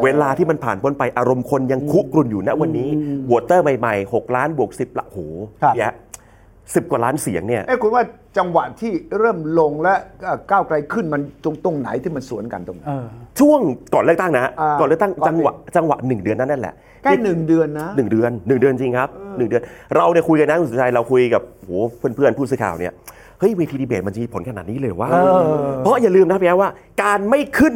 Speaker 3: เวลาที่มันผ่านพ้นไปอารมณ์คนยังคุกรุ่นอยู่ณวันนี้วอเตอร์ใหม่ๆ 6 ล้านบวก 10ละโหแยะสิบกว่าล้านเสียงเนี่ย
Speaker 1: เอ้ยคุณว่าจังหวะที่เริ่มลงและเอ่อก้าวไกลขึ้นมันตรงตรงไหนที่มันสวนกันตรงไหน
Speaker 2: เออ
Speaker 3: ช่วงก่อนเลือกตั้งนะ
Speaker 1: อ่า
Speaker 3: ก่อนเลือกตั้ง
Speaker 1: ก่อน
Speaker 3: จังหวะจังหวะหนึ่งเดือนนั้นนั่นแหละ
Speaker 1: ใกล้หนึ่งเดือนนะ
Speaker 3: หนึ่งเดือนหนึ่งเดือนจริงครับหนึ่งเดือน เราเนี่ยคุยกันนะคุณสุชัยเราคุยกับโหเพื่อนๆผู้สื่อข่าวเนี่ยเฮ้ยเวทีดีเบตมันจะมีผลขนาดนี้เลยว่าเพราะอย่าลืมนะพี่แอ๊ว่าการไม่ขึ้น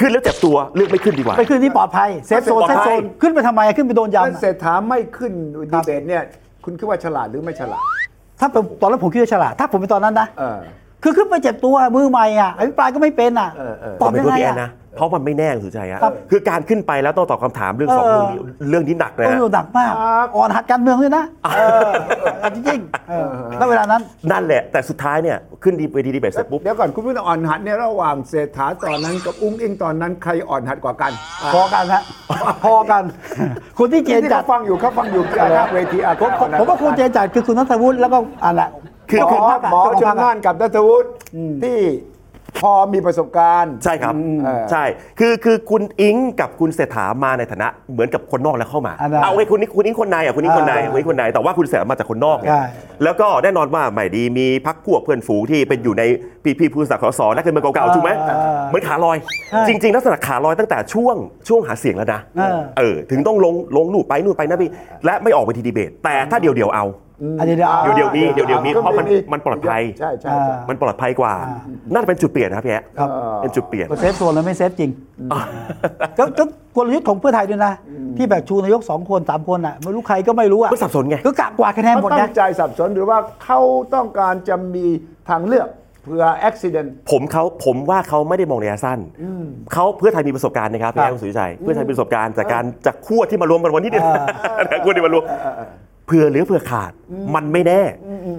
Speaker 3: ขึ้นแล้วเจ็บตัวเลือกไม่ขึ้นดีกว่า
Speaker 2: ไปขึ้นที่ปลอดภัยเซฟโซน
Speaker 3: ปล
Speaker 2: เซ
Speaker 3: อด
Speaker 2: ฟ
Speaker 3: ภัย
Speaker 2: โซนขึ้นไปทำไมขึ้นไปโดน
Speaker 1: ท่าน
Speaker 2: ยำ
Speaker 1: เศร
Speaker 2: อะ
Speaker 1: ษฐาไม่ขึ้นดีเบตเนี่ย คุณคิดว่าฉลาดหรือไม่ฉลาด
Speaker 2: ถ้าผมตอนนั้นผมคิดว่าฉลาดถ้าผมเป็นตอนนั้นนะ
Speaker 1: เออ
Speaker 2: คือขึ้นไปเจ็บตัวมือใหม่อ่ะอภิปรายก็ไม่เป็นอ่ะ
Speaker 1: เออเออ
Speaker 2: ตอบ
Speaker 3: ผม
Speaker 2: ยัง
Speaker 3: เป็น
Speaker 2: ไง
Speaker 3: เพื่อนพี่แอน
Speaker 2: อ่ะ
Speaker 3: นะเพราะมันไม่แน่คุณสุชัยฮะ
Speaker 2: ครับ
Speaker 3: คือการขึ้นไปแล้วต้องตอบคำถามเรื่องสอง
Speaker 2: เอ
Speaker 3: เรื่
Speaker 2: อ
Speaker 3: องนี้เรื่องนี้หนักนะ
Speaker 2: ต้อง
Speaker 3: ฮะ
Speaker 2: ดูหนักมากอ่อนหัดการเมืองด้วยนะเออเออจริงๆเออณเวลานั้น
Speaker 3: นั่นแหละ แต่สุดท้ายเนี่ยขึ้นดีเวทีดีเบตเสร็จปุ๊บ
Speaker 1: เดี๋ยวก่อนคุณพูดว่าอ่อนหัดเนี่ยระหว่างเศรษฐาตอนนั้นกับอุ้งอิงตอนนั้นใครอ่อนหัดกว่ากัน
Speaker 2: พอกันฮะพอกันคนที่เจน
Speaker 1: ที่
Speaker 2: จั
Speaker 1: เขา
Speaker 2: ด
Speaker 1: ฟังอยู่เขาฟังอยู่หน้าเวทีอ่ะ
Speaker 2: ผมผมผมว่าคนเจนจัดคือคุณนัทวุฒิแล้วก็อันละ
Speaker 1: คือหมอหมอช
Speaker 2: เจ้าขง
Speaker 1: น
Speaker 2: พรรคะ
Speaker 1: น่านกับนัทวุฒิที่พอมีประสบการณ์
Speaker 3: ใช่ครับ
Speaker 1: เออ
Speaker 3: ใช่คือคือคุณอิงกับคุณเศรษฐามาในฐานะเหมือนกับคนนอกแล้วเข้ามา
Speaker 2: อ่าได้
Speaker 3: เอาไอ้คุณนี่คุณอิงคนในอ่ะคุณอิงคนใน
Speaker 2: อ่า
Speaker 3: คุณอิงคนในแต่ว่าคุณเศรษฐามาจากคนนอกไง
Speaker 2: ใช่
Speaker 3: แล้วก็แน่นอนว่าไม่ดีมีพักพวกเพื่อนฝูงที่เป็นอยู่ในพี่พี่ผู้สมัครสสนักการเมืองเก่าๆถูกไหมเหมือนขาลอย จริง ๆ ลักษณะขาลอยตั้งแต่ช่วงช่วงหาเสียงแล้วนะเออถึงต้องลงลงหลู่นไปนู่นไปนั่นไปและไม่ออกไปทีดีเบต แต่ถ้าเดียวๆเอา
Speaker 2: อันนี้เดี๋ยวเอา
Speaker 3: เดี๋ยวเดี๋ยวมีเดี๋ยวเดี๋ยวมี
Speaker 1: ก็
Speaker 3: เพราะมัน
Speaker 1: ดี
Speaker 3: มันปลอดภัย
Speaker 1: ใช่ใช่ใช่
Speaker 3: มันปลอดภัยกว่า น่าจะเป็นจุดเปลี่ยนนะครับพี่แอ๊ะ
Speaker 2: ครับ
Speaker 3: เป็นจุดเปลี่ยน
Speaker 2: ก็เซฟโซนแล้วไม่เซฟจริงก็ก็กลยุทธ์ของเพื่อไทยด้วยนะ ที่แบบชูนายกสองคนสามคนอ่ะไม่รู้ใครก็ไม่รู้อ่ะ
Speaker 3: มันสับสนไง
Speaker 2: ก็กะกวาดคะแนนหม
Speaker 1: เขา
Speaker 2: ด
Speaker 1: ตั้
Speaker 2: นะ
Speaker 1: งใจสับสนหรือว่าเขาต้องการจะมีทางเลือกเผื่ออุบิเหตุ
Speaker 3: ผมเขาผมว่าเขาไม่ได้มองระยะสั้นเขาเพื่อไทยมีประสบการณ์นะครับพี่แอ๊ะ
Speaker 2: ครับ
Speaker 3: คุณสุวิชัยเพื่อไทยมีประสบการณ์จากการจากขั้วที่มารวมกันวันนี้เนี่ยจากขั้วที่มารวมเผื่อหรือเผื่อขาดมันไม่แน่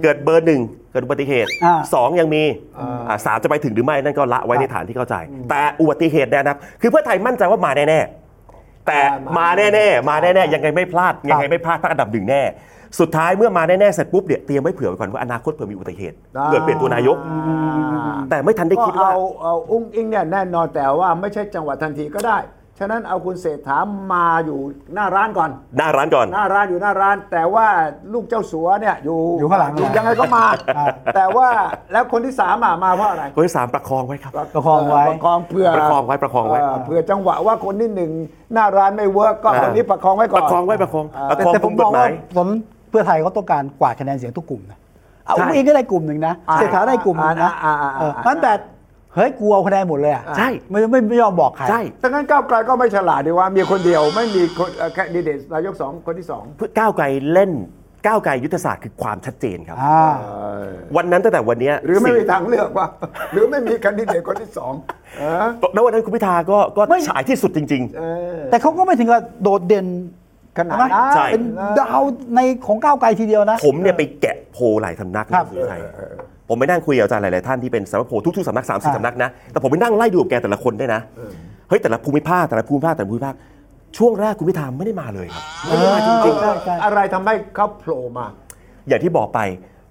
Speaker 3: เกิดเบอร์หนึ่งเกิดอุบัติเหตุ
Speaker 2: อ่า
Speaker 3: สองยังมีอ่าสามจะไปถึงหรือไม่นั่นก็ละไว้ในฐานที่เข้าใจ แต่อุบัติเหตุเนี่ยนะครับคือเพื่อไทยมั่นใจว่ามาแน่ๆ แต่มาแน่ๆ มาแน่ๆ ยังไงไม่พลาด ยังไงไม่พลาดพักอันดับหนึ่งแน่ สุดท้ายเมื่อมาแน่ๆ เสร็จปุ๊บเนี่ยเตรียมไว้เผื่อไว้ก่อนว่าอนาคตเผื่อมีอุบัติเหตุ
Speaker 1: อ่า
Speaker 3: เกิดเปลี่ยนตัวนายก แต่ไม่ทันได้
Speaker 1: ก็
Speaker 3: คิดว่า
Speaker 1: เอาเอาอุ้งอิงเนี่ยแน่นอนแต่ว่าไม่ใช่จังหวะทันทีก็ได้ ฉะนั้นเอาคุณเศรษฐามาอยู่หน้าร้านก่อน
Speaker 3: หน้าร้านก่อน
Speaker 1: หน้าร้านอยู่หน้าร้าน แต่ว่าลูกเจ้าสัวเนี่ยอยู่
Speaker 2: อยู่ข้างหลัง
Speaker 1: ยังไงก็มา แต่ว่าแล้วคนที่สามอ่ะมาเพราะอะไร
Speaker 3: คนที่สามประคองไว้ครับ
Speaker 2: ประคองไว้
Speaker 1: ประคองเพื่อ
Speaker 3: ประคองไว้ประคองไว้
Speaker 1: เเพื่อจังหวะว่าคนที่หนึ่งหน้าร้านไม่เวิร์กก็คนนี้ประคองไว้ก่อน
Speaker 3: ประคองไว้ประคองประ
Speaker 2: แต่
Speaker 3: คอง
Speaker 2: แต่ผ
Speaker 3: ทุ
Speaker 2: มม
Speaker 3: กก
Speaker 2: อ
Speaker 3: ฎ
Speaker 2: งว่าม
Speaker 3: หาย
Speaker 2: ผลเพื่อไทยเขาต้องการกวาดคะแนนเสียงทุกกลุ่มนะเอา
Speaker 3: ใช่
Speaker 2: อุ้งอิงก็ได้กลุ่มหนึ่งนะ
Speaker 1: อ่า
Speaker 2: เศรษฐาได้กลุ่มหนึ่งนะ
Speaker 1: อ่าอ่าอ่า
Speaker 2: เออนั้นแต่เฮ้ยกลัวคะแนนหมดเลยอะ
Speaker 3: ใช่
Speaker 2: ไม่ไม่ไม่ยอมบอกใคร
Speaker 3: ใช่
Speaker 1: ดังนั้นก้าวไกลก็ไม่ฉลาดดีว่ามีคนเดียวไม่มีคนแคนดิเดตนายกสองคนที่สอง
Speaker 3: เพื่อก้าวไกลเล่นก้าวไกลยุทธศาสตร์คือความชัดเจนครับ
Speaker 2: อ่า
Speaker 3: วันนั้นตั้งแต่วันเนี้ย
Speaker 1: หรือไม่
Speaker 3: สิ่ง
Speaker 1: มีทางเลือก
Speaker 3: [LAUGHS]
Speaker 1: ว่า หรือไม่มีแคนดิเดตคนที่สองเออ
Speaker 3: แล้ววันนั้นคุณพิธาก็ก็ฉายที่สุดจริง
Speaker 1: เออ
Speaker 2: แต่เขาก็ไม่ถึงกับโดดเด่น
Speaker 1: ขนาด
Speaker 2: ไหม
Speaker 1: นั้น
Speaker 3: ใช่
Speaker 2: เป็นดาวในของก้าวไกลทีเดียวนะ
Speaker 3: ๆ ผมเนี่ยไปแกะโพลหลายสำนัก
Speaker 2: ครั
Speaker 3: นะ
Speaker 2: บ
Speaker 3: คุณสุชัยผมไปนั่งคุยกับอาจารย์หลาย ๆ ท่านที่เป็นสำนักโพลทุก ๆ สำนักสามสี่สำนักนะ แต่ผมไปนั่งไล่ดูกับแกแต่ละคนด้วยนะเฮ้ยแต่ละภูมิภาคแต่ละภูมิภาคแต่ละภูมิภาคช่วงแรกคุณพิธาไม่ได้มาเลยครับ
Speaker 2: จริง
Speaker 1: เอออะไรทำให้เขาโผล่มา
Speaker 3: อย่างที่บอกไป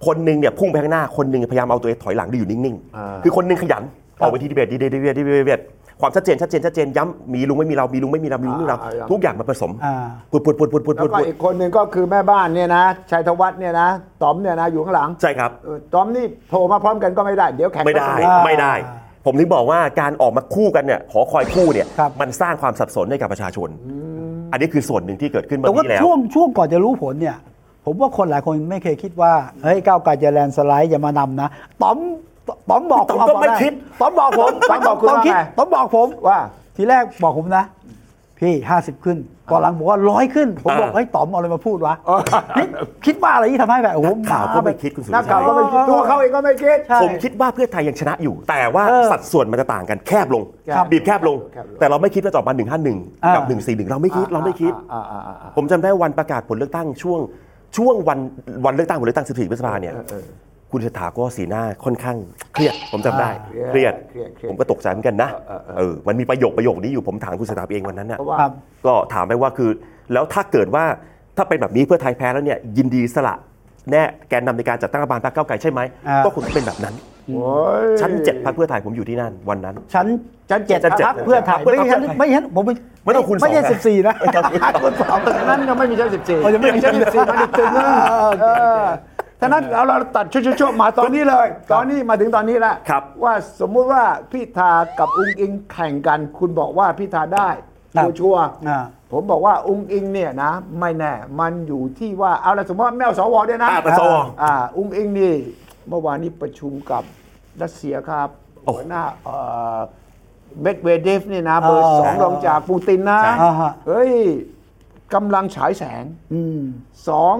Speaker 3: คนหนึ่งเนี่ยพุ่งไปข้างหน้า คนหนึ่งพยายามเอาตัวเองถอยหลังได้อยู่นิ่ง
Speaker 1: อ่า
Speaker 3: ๆ คือคนหนึ่งขยันออกไปที่ดีเบตดีเบตดีเบตดีเบตความชัดเจนชัดเจนชัดเจนย้ำมีลุงไม่มีเรา มีลุงไม่มีเรา มีลุงไม่มีเรา ทุกอย่างมาผสม
Speaker 2: อ่า
Speaker 3: ปุดปุดปุดปุดปุด
Speaker 1: แล้ว
Speaker 3: ปุด
Speaker 1: ก็
Speaker 3: ปุด
Speaker 1: อีกคนหนึ่งก็คือแม่บ้านเนี่ยนะชัยธวัฒน์เนี่ยนะต๋อมเนี่ยนะอยู่ข้างหลัง
Speaker 3: ใช่ครับ
Speaker 1: เออต๋อมนี่โผล่มาพร้อมกันก็ไม่ได้ เดี๋ยวแข่ง
Speaker 3: ไม่ได้
Speaker 1: กัน
Speaker 3: ไม่ได้ ผมถึงบอกว่าการออกมาคู่กันเนี่ยหอคอยคู่เนี่ย
Speaker 2: ครับ
Speaker 3: มันสร้างความสับสนให้กับประชาชน อันนี้คือส่วนหนึ่งที่เกิดขึ้นมา
Speaker 2: แต่ว่า
Speaker 3: นี้แล้ว
Speaker 2: ช่วงช่วงก่อนจะรู้ผลเนี่ย ผมว่าคนหลายคนไม่เคยคิดว่าเฮ้ยก้าวไกลจะแลนด์สไลด์อย่ามานำนะต๋อมต๋อมบอก
Speaker 3: ต๋อมก็ไม่คิด
Speaker 2: ต๋อมบอกผม
Speaker 1: ต๋อมบอกคุณ
Speaker 2: ต๋อม
Speaker 1: ว่า
Speaker 2: คิด
Speaker 1: ไง
Speaker 2: ต๋อมบอกผม
Speaker 1: ว่า
Speaker 2: ทีแรกบอกผมนะ พี่ห้าสิบขึ้นตอนหลังบอกว่าร้อยขึ้น ผมบอก
Speaker 3: อ่า
Speaker 2: เฮ้ยต๋อมเอาอะไรมาพูดวะนี่คิดว่าอะไรที่ทำให้แบบโอ้โห
Speaker 3: [LAUGHS] ข่าว
Speaker 2: ห
Speaker 3: ก็ไม่คิดคุณสุร
Speaker 1: นักข่าว
Speaker 3: ชั
Speaker 1: ย ก็ไม่คิดตัวเขาเองก็ไม่คิด
Speaker 2: ใช่
Speaker 3: ผมคิดว่าเพื่อไทยยังชนะอยู่ แต่ว่า
Speaker 2: เออ
Speaker 3: สัดส่วนมันจะต่างกันแคบลง
Speaker 1: ครับ
Speaker 3: บีบแคบลง
Speaker 1: แคบลง
Speaker 3: แต่เราไม่คิดว่าจะออกมา151กับ
Speaker 2: อ่า
Speaker 3: 141เราไม่คิดเราไม่คิด
Speaker 1: อ่าอ่าอ่าอ่า
Speaker 3: ผมจำได้วันประกาศผลเลือกตั้งช่วงช่วงวันวันเลือกตั้งผลเลือกตั้ง 14พฤษภาเนี่ยคุณเศรษฐาก็สีหน้าค่อนข้างเครียด ผมจำได้
Speaker 1: เค
Speaker 3: เค
Speaker 1: รี
Speaker 3: รี
Speaker 1: ย
Speaker 3: ย
Speaker 1: ด
Speaker 3: ด
Speaker 1: เครียด
Speaker 3: ผมก็ตกใจเหมือนกันนะ
Speaker 1: เออเออเออ
Speaker 3: เออมันมีประโยคประโยคนี้อยู่ผมถามคุณเศรษฐาเองวันนั้นน่ะ
Speaker 1: เพราะว่า
Speaker 2: ครับ
Speaker 3: ก็ถามไปว่าคือ แล้วถ้าเกิดว่าถ้าเป็นแบบนี้เพื่อไทยแพ้แล้วเนี่ยยินดีสละแน่แกนนำในการจัดตั้งรัฐบาลพรรคก้าวไกลใช่ไหม
Speaker 2: อ่า
Speaker 3: ก็คงเป็นแบบนั้น
Speaker 1: โอ้ย
Speaker 3: ชั้นเจ็ดพรรคเพื่อไทยผมอยู่ที่นั่นวันนั้น
Speaker 2: ชั้น
Speaker 1: ชั้นเจ็ด
Speaker 2: พั
Speaker 1: ชั้
Speaker 2: ก
Speaker 1: นเจ็ด
Speaker 2: เพื่อไทย
Speaker 3: พักเพื่
Speaker 2: ไม่
Speaker 3: อไทย
Speaker 2: ใช่ไม่ใช่ผมไม่
Speaker 3: ไม่ต้องคูณสอง
Speaker 2: ไม่ใช่สิบสี่นะ
Speaker 3: ไม่ต้องคูณสอง
Speaker 2: ณสอง
Speaker 1: ฉะนั้นยังไม่มีชั้นสิบสี่
Speaker 2: โอ้ยังไม่มีชั้น14
Speaker 1: มันอีกตึงนึง
Speaker 2: เออโอเค
Speaker 1: เออฉะนั้นเราเราตัดช่วๆๆมาตอนนี้เลย ตอนนี้มาถึงตอนนี้แล้ว
Speaker 3: ครับ
Speaker 1: ว่าสมมุติว่าพิธากับอุ้งอิงแข่งกัน คุณบอกว่าพิธาได้
Speaker 2: ครับ
Speaker 1: ชัวร์ๆ
Speaker 2: อ่า
Speaker 1: ผมบอกว่าอุ้งอิงเนี่ยนะ ไม่แน่ มันอยู่ที่ว่าเอาละสมมติว่าแมวสวด้วยนะ
Speaker 3: อ่าประสว
Speaker 1: อ่าอุ้งอิงนี่เมื่อวานนี้ประชุมกับรัสเซียครับ
Speaker 3: โอ้
Speaker 1: หัวหน้าเอ่อเมดเวเดฟนี่นะ เบอร์
Speaker 2: อ่า
Speaker 1: สองรองจากปูตินนะ
Speaker 3: ใช่
Speaker 2: อ่าฮะ
Speaker 1: เฮ้ยกำลังฉายแสง
Speaker 2: อืม
Speaker 1: สอง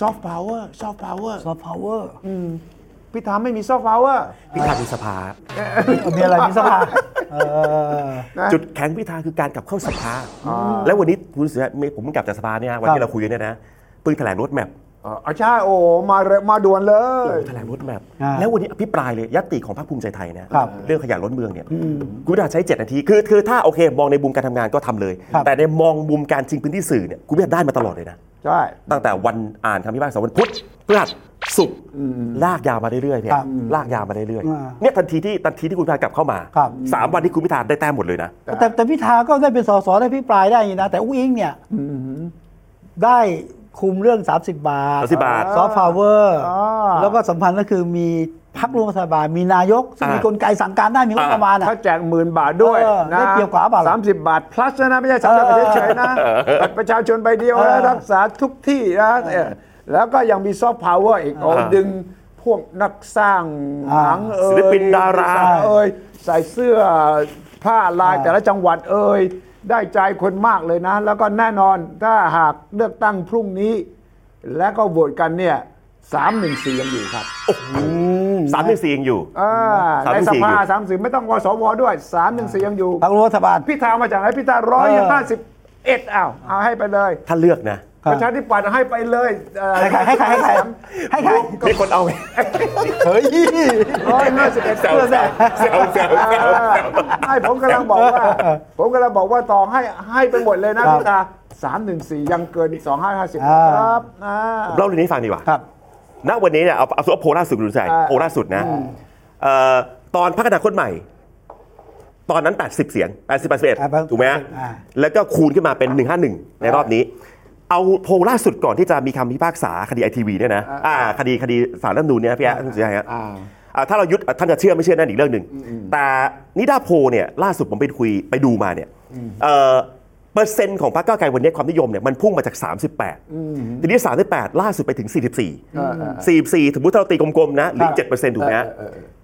Speaker 1: ซอฟต์พาวเวอร์ซอฟต์พาวเวอร์
Speaker 2: soft power
Speaker 1: พิธาไม่มีซอฟต์พาวเวอร์
Speaker 3: พิธาคือสภา
Speaker 2: มีอะไรมีสภาเออ
Speaker 1: นะ
Speaker 3: จุดแข็งพิธาคือการกลับเข้าสภา แล้ววันนี้คุณเสือผมกลับจากสภาเนี่ยฮะวัน
Speaker 2: ครั
Speaker 3: ที่
Speaker 2: บ
Speaker 3: เราคุยกันเนี่ยนะเพิ่งแถลงรถแมพ
Speaker 1: อ๋อใช่โอ้มาเร็วมาด่วนเลย
Speaker 3: แถลงรถแมพ
Speaker 2: อ่า
Speaker 3: แล้ววันนี้อภิปรายเลยยัตติของพรรคภูมิใจไทยนะครับ เรื่องขยะล้นเมืองเนี่ยคุณพิธาใช้ 7 นาทีคือคือถ้าโอเค มองในมุมการทำงานก็ทำเลย
Speaker 2: ครับ
Speaker 3: แต่ในมองมุมการจริงพื้นที่สื่อเนี่ยคุณพิธาได้มาตลอดเลยนะ
Speaker 1: ใช่
Speaker 3: ตั้งแต่วันอ่านคำพิพากษาวันพุธพฤหัสศุกร์ลากยาวมาเรื่อยๆเนี่ย
Speaker 2: ครับ
Speaker 3: ลากยาวมาเรื่อย
Speaker 2: อ่า
Speaker 3: ๆเนี่ยทันทีที่ทันทีที่คุณพิธากลับเข้ามา
Speaker 2: ครับ
Speaker 3: สามวันที่คุณพิธาได้แต้มหมดเลยนะ
Speaker 2: แต่แต่พิธาก็ได้เป็นสสได้พิปรายได้นี่นะ แต่อุ้งอิงเนี่ยได้คุมเรื่อง 30 บาท
Speaker 3: 30บาท
Speaker 2: ซอฟต์พาวเวอร์
Speaker 1: อ่า
Speaker 2: แล้วก็สำคัญก็คือมีพักร่วมรัฐบาลมีนายก ซึ่งมี
Speaker 3: อ่าก
Speaker 2: ลไกสั่งการได้มีงบ
Speaker 3: อ่า
Speaker 2: ประมาณอ่ะ
Speaker 1: เขาแจกหมื่นบาทด้วย
Speaker 2: เออได้เปรียบกว่าเปล่า
Speaker 1: สามสิบบาท plus นะ ไม่ใช่สามสิบบาทเฉยๆนะบัตรประชาชนใบเดียว
Speaker 2: เออ
Speaker 1: นะรักษาทุกที่นะเออแล้วก็ยังมีซอฟต์พาวเวอร์อีกเอา
Speaker 3: อ่า
Speaker 1: ดึงพวกนักสร้าง
Speaker 2: อ่า
Speaker 1: หนังเอ่ย
Speaker 3: ศิลปินดารา
Speaker 1: เอ่ยใส่เสื้อผ้าลาย
Speaker 2: อ่า
Speaker 1: แต่ละจังหวัดเอ่ยได้ใจคนมากเลยนะ แล้วก็แน่นอนถ้าหากเลือกตั้งพรุ่งนี้ และก็โหวตกันเนี่ยสามหนึ่งสี่ยังอยู่ครับ
Speaker 3: สามหนึ่งสี่ยังอยู่
Speaker 1: อ่า
Speaker 3: 314
Speaker 1: ในสภา
Speaker 3: อยู่
Speaker 1: สามสิบไม่ต้องวสวด้วยสามหนึ่งสี่ยังอยู่
Speaker 2: พักร่วมรัฐบาล
Speaker 1: พิธามาจากไหนพิธาร้อย
Speaker 2: เออ
Speaker 1: ห้าสิบเอ็ดอ้าวเอาให้ไปเลย
Speaker 3: ถ้าเลือกนะ
Speaker 2: ครับ
Speaker 1: ประชาธิปัตย์ให้ไปเลยเอ่อ
Speaker 2: ให้ใครให้ใครให้ใครให้ใคร
Speaker 3: มีคนเอาไหม
Speaker 2: เฮ้ย
Speaker 1: ร้อยห้าสิบเอ็ด
Speaker 3: แซวแซวแซวแซวแซว
Speaker 1: ให้ผมกำลังบอกว่า ผมกำลังบอกว่าต่อให้ให้ไปหมดเลยนะครับ พิธาสามหนึ่งสี่ยังเกินสองห้าห้าสิบ
Speaker 2: อ่า
Speaker 1: ครับอ่า
Speaker 3: เล่าเรื่องนี้ให้ฟังดีกว่า
Speaker 2: ครับ
Speaker 3: ณวันนี้เนี่ยเอาเอาโพลล่าสุดคุณดูใจ
Speaker 1: อ่า
Speaker 3: โพลล่าสุดนะเอ่อตอนพักอนาคตใหม่ ตอนนั้น 80 เสียง 80 81
Speaker 2: 80
Speaker 3: ถูกไหมฮะ
Speaker 2: อ่า
Speaker 3: แล้วก็คูณขึ้นมาเป็น 151 ในรอบนี้ เอาโพลล่าสุดก่อนที่จะมีคำพิพากษาคดีไอทีวีเนี่ยนะอ่าคดีคดีสารรัฐธรรมนูญเนี่ยนะพี่แอ๊ะท่านสุชัยฮะอ่าถ้าเรายุดท่านจะเชื่อไม่เชื่อนั่นอีกเรื่องหนึ่ง แต่นิดาโพลเนี่ยล่าสุดผมไปคุยไปดูมาเนี่ยเอ่อเปอร์เซ็นต์ของพรรคก้าวไกลวันนี้ความนิยมเนี่ยมันพุ่งมาจาก 38 ทีนี้ 38 ล่าสุดไปถึง
Speaker 1: อ่าอ่า
Speaker 3: 44 44ถึงพุทธเราตีกลมๆนะหรือ7%ถูกไหมฮะ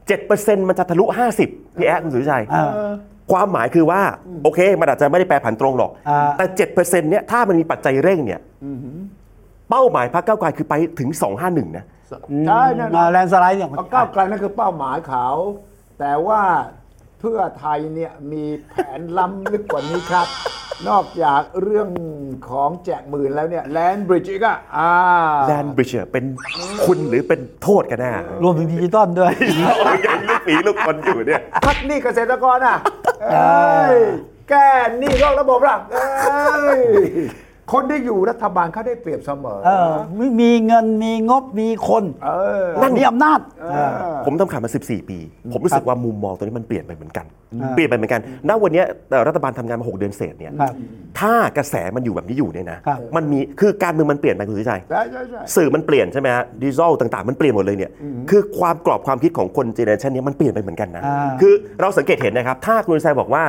Speaker 3: เจ็ดเปอร์เซ็นต์มันจะทะลุ 50 พี่แอ๊ดคุณสุวิชัย
Speaker 2: อ่า
Speaker 3: ความหมายคือว่า โอเค มันอาจจะไม่ได้แปลผันตรงหรอก
Speaker 2: อ่า
Speaker 3: แต่เจ็ดเปอร์เซ็นต์เนี่ยถ้ามันมีปัจจัยเร่งเนี่ยเป้าหมายพรรคก้าวไกลคือไปถึง 251 นะ
Speaker 1: ใช่นั่น
Speaker 2: อ่าแลนด์สไลด์เนี่ย
Speaker 1: เอาก้าวไกลนั่นคือเป้าหมายเขา แต่ว่าเพื่อไทยเนี่ยมีแผนล้ำลึกกว่านี้ [LAUGHS] ครับ นอกจากเรื่องของแจกหมื่นแล้วเนี่ยแลนบริดจ์อีกอะอ่า
Speaker 3: แลนบริดจ์เป็นคุณหรือเป็นโทษกันแน่
Speaker 2: รวมถึงดิจิตอลด้วย
Speaker 3: เรายังลูกหมีลูกคนอยู่ [LAUGHS] เนี่ย
Speaker 1: พักหนี้เกษตรกร [LAUGHS] อ่ะเอ้ยแก้หนี้นอกระบบล่ะเอ้ [LAUGHS] ยคนที่อยู่รัฐบาลเขาได้เปรียบเสมอ
Speaker 2: เออไม่มีเงินมีงบมีคน
Speaker 1: เออ
Speaker 2: นั่นมีอำนาจเออ
Speaker 3: ผมทำข่าวมา 14 ปี ผมรู้สึกว่ามุมมองตัวนี้มันเปลี่ยนไปเหมือนกัน
Speaker 2: อ่า
Speaker 3: เปลี่ยนไปเหมือนกัน ณ วันเนี้ยเอ่อรัฐบาลทำงานมา 6 เดือนเศษเนี่ย
Speaker 2: ครับ
Speaker 3: ถ้ากระแสมันอยู่แบบนี้อยู่เนี่ยนะ
Speaker 2: ครับ
Speaker 3: มันมี คือการเมืองมันเปลี่ยนไปคุณสุวิชัย
Speaker 1: ใช่ใช่ใช่
Speaker 3: สื่อมันเปลี่ยนใช่ไหมฮะดิจิทัลต่างๆ มันเปลี่ยนหมดเลยเนี่ย คือความกรอบความคิดของคนเจเนอเรชันนี้ยมันเปลี่ยนไปเหมือนกันนะ
Speaker 2: อ่า
Speaker 3: คือเราสังเกตเห็นนะครับ ถ้าคุณชัยบอกว่า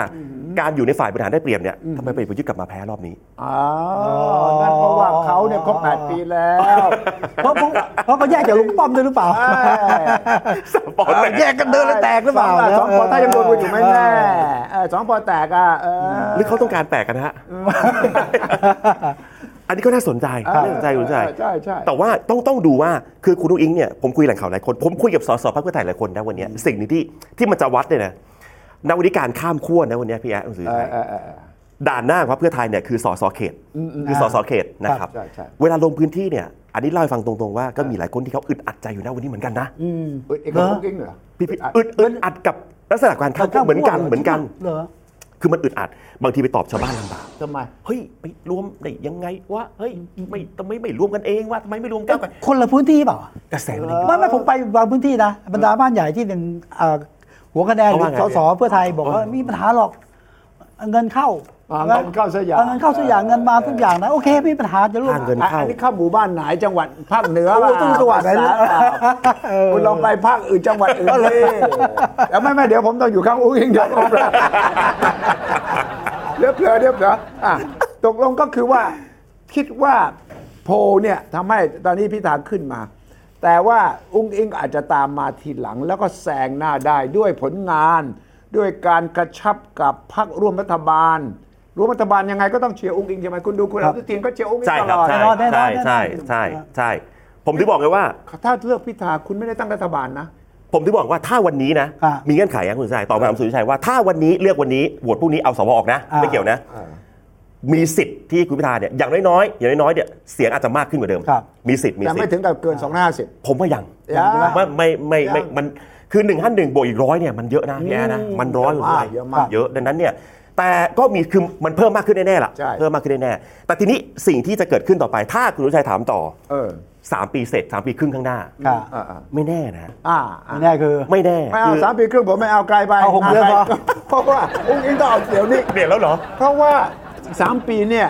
Speaker 3: การอยู่ในฝ่ายบริหารได้เปรียบเนี่ยทำไมไปประยุทธ์กลับมาแพ้รอบนี้
Speaker 1: อ๋อ นั่นเพราะว่าเขาเนี่ยครบ8ปีแล้ว [LAUGHS]
Speaker 2: เพราะเพราะเพราะเขาแยกจากลุงป้อมด้วยหรือเปล่า
Speaker 1: เอ้ย
Speaker 3: สปอร์ตแต่
Speaker 2: แยกกันเดินแล้วแตกหรือเปล่า
Speaker 1: สองปอถ้ายังโดนอยู่ไหมแน่เออสองปอแตกอ่ะเออ
Speaker 3: หรือเขาต้องการแตกกันนะฮะ อันนี้ก็น่าสนใจน่าสนใจคุณชัย
Speaker 1: ใช่ใช่
Speaker 3: แต่ว่าต้องต้องดูว่าคือคุณอุ้งอิงเนี่ยผมคุยแหล่งข่าวหลายคน ผมคุยกับสสพรรคเพื่อไทยหลายคนนะวันเนี้ยสิ่งหนึงที่ที่มันจะวัดเนี่ยนะนวัตการข้ามขั้วนะวันเนี้ยพี่แอ๊ดคุณสุริชัยด่านหน้าของพรรคเพื่อไทยเนี่ยคือสสเขตคือสสเขตนะครับ
Speaker 1: ใช่ใช่
Speaker 3: เวลาลงพื้นที่เนี่ยอันนี้เล่าให้ฟังตรงๆว่าก็มีหลายคนที่เขาอึดอัดใจอยู่นะวันนี้เหมือนกันนะ
Speaker 1: เอ้ยเอกภพจริงเหรอ
Speaker 3: พี่พี่อึดอึดอัดกับลักษณะการข้ามขั้วเหมือนกันเหมือนกัน
Speaker 2: เหรอ
Speaker 3: คือมันอึดอัด บางทีไปตอบชาวบ้านลำบาก
Speaker 1: ทำไม
Speaker 3: เฮ้ยไปรวมได้ยังไงวะเฮ้ยไม่ทำไมไม่รวมกันเองวะทำไมไม่รวมก้าวไกล
Speaker 2: คนละพื้นที่เปล่า
Speaker 3: กระแสมัน
Speaker 2: ไม่ไม่ผมไปบางพื้นที่นะบรรดาบ้านใหญ่ที่เป็นเอ่อหัวคะแนนหรือ
Speaker 3: เขาว่าไง
Speaker 2: สสเพื่อไทยบอกว่าไม่มีปัญหาหรอก เงินเข้า
Speaker 1: อ่าเงินเข้าซะอย่าง
Speaker 2: เงินเข้าสักอย่างเงินมาสักอย่างนะโอเคไม่มีปัญหาจะร่วม
Speaker 3: ทางเงิ
Speaker 1: อ่ะอันนี้เข้าหมู่บ้านไหนจังหวัดภาคเหนือ
Speaker 2: โอ้
Speaker 1: ล่ะ
Speaker 2: ต้องจังหวัดไหน
Speaker 1: ภาคอีสานเปล่าคุณลองไปภาคอื่นจังหวัดอื่นเลยแล้วไม่ไม่เดี๋ยวผมต้องอยู่ข้างอุ้งอิงเดี๋ยวผมเรียบเผื่อเรียบเผื่ออ่ะตกลงก็คือว่า คิดว่าโพลเนี่ยทำให้ตอนนี้พิธาขึ้นมา แต่ว่าอุ้งอิงอาจจะตามมาทีหลัง แล้วก็แซงหน้าได้ด้วยผลงาน ด้วยการกระชับกับพรรคร่วมรัฐบาลร่วมรัฐบาลยังไงก็ต้องเชียร์อุ้งอิงใช่ไหมคุณดูคุณ
Speaker 2: ครั
Speaker 1: อา
Speaker 2: บ
Speaker 1: ทิตย์ก็เชียร์อุ้งอิง
Speaker 3: ใช่
Speaker 1: ต
Speaker 3: ครับ
Speaker 1: ลอด
Speaker 3: ใช่
Speaker 2: แน่นอนแน่นอน
Speaker 3: ใช่ใช่
Speaker 2: แน่นอน
Speaker 3: ใช่ใช่ผมถึงบอกเลยว่า
Speaker 1: ถ้าเลือกพิธาคุณไม่ได้ตั้งรัฐบาลนะ
Speaker 3: ผมถึงบอกว่าถ้าวันนี้นะ
Speaker 2: อ่ะ
Speaker 3: มีเงื่อนไขนะคุณสุชัยตอบมาคุณสุชัยว่าถ้าวันนี้เลือกวันนี้โหวตพรุ่งนี้เอาสวออกนะ
Speaker 2: อ่ะ
Speaker 3: ไม่เกี่ยวนะ มีสิทธิ์ที่คุณพิธาเนี่ยอย่างน้อยๆอย่างน้อยๆเนี่ยเสียงอาจจะมากขึ้นกว่าเดิม
Speaker 2: ครับ
Speaker 3: มีสิทธิ์มี
Speaker 1: แต่
Speaker 3: สิท
Speaker 1: ไม่
Speaker 3: ธิ์
Speaker 1: ถึงกับเกิน 250
Speaker 3: ผมว่ายัง
Speaker 1: ยังใช่ไหม
Speaker 3: ไม่ไม่ไม่
Speaker 1: ยั
Speaker 3: ไม่
Speaker 1: ง
Speaker 3: มันคือ1นึ่งห้าหนึ่งบวกอีกร้อยเนี่ยมันเยอะนะพี่แย่นะมันร้อยคุณสุชัย
Speaker 1: เยอะมาก
Speaker 3: เยอะดังนั้นเนี่ยแต่ก็มีคือมันเพิ่มมากขึ้นแน่ๆล่ะ
Speaker 1: ใช่
Speaker 3: เพิ่มมากขึ้นแน่ๆแต่ทีนี้สิ่งที่จะเกิดขึ้นต่อไป ถ้าคุณสุชัยถามต่อ
Speaker 1: เออ
Speaker 3: สามปีเสร็จสามปีครึ่งข้างหน้า
Speaker 2: ค่ะ
Speaker 1: อ่าอ่า
Speaker 3: ไม่แน่นะ
Speaker 1: อ่า
Speaker 2: อันนี้คือ
Speaker 3: ไม่แน่
Speaker 1: ไม่เอา
Speaker 3: คือ
Speaker 1: สามปีครึ่งผมไม่เอาไกลไป
Speaker 2: เอาหกเดือนพอ
Speaker 1: เพราะ [LAUGHS] ว่าอุ้งอิงต้องเอาเดี๋ยวนี้
Speaker 3: เปลี่ยนแล้วเหรอ
Speaker 1: เพราะว่าอีกสามปีเนี่ย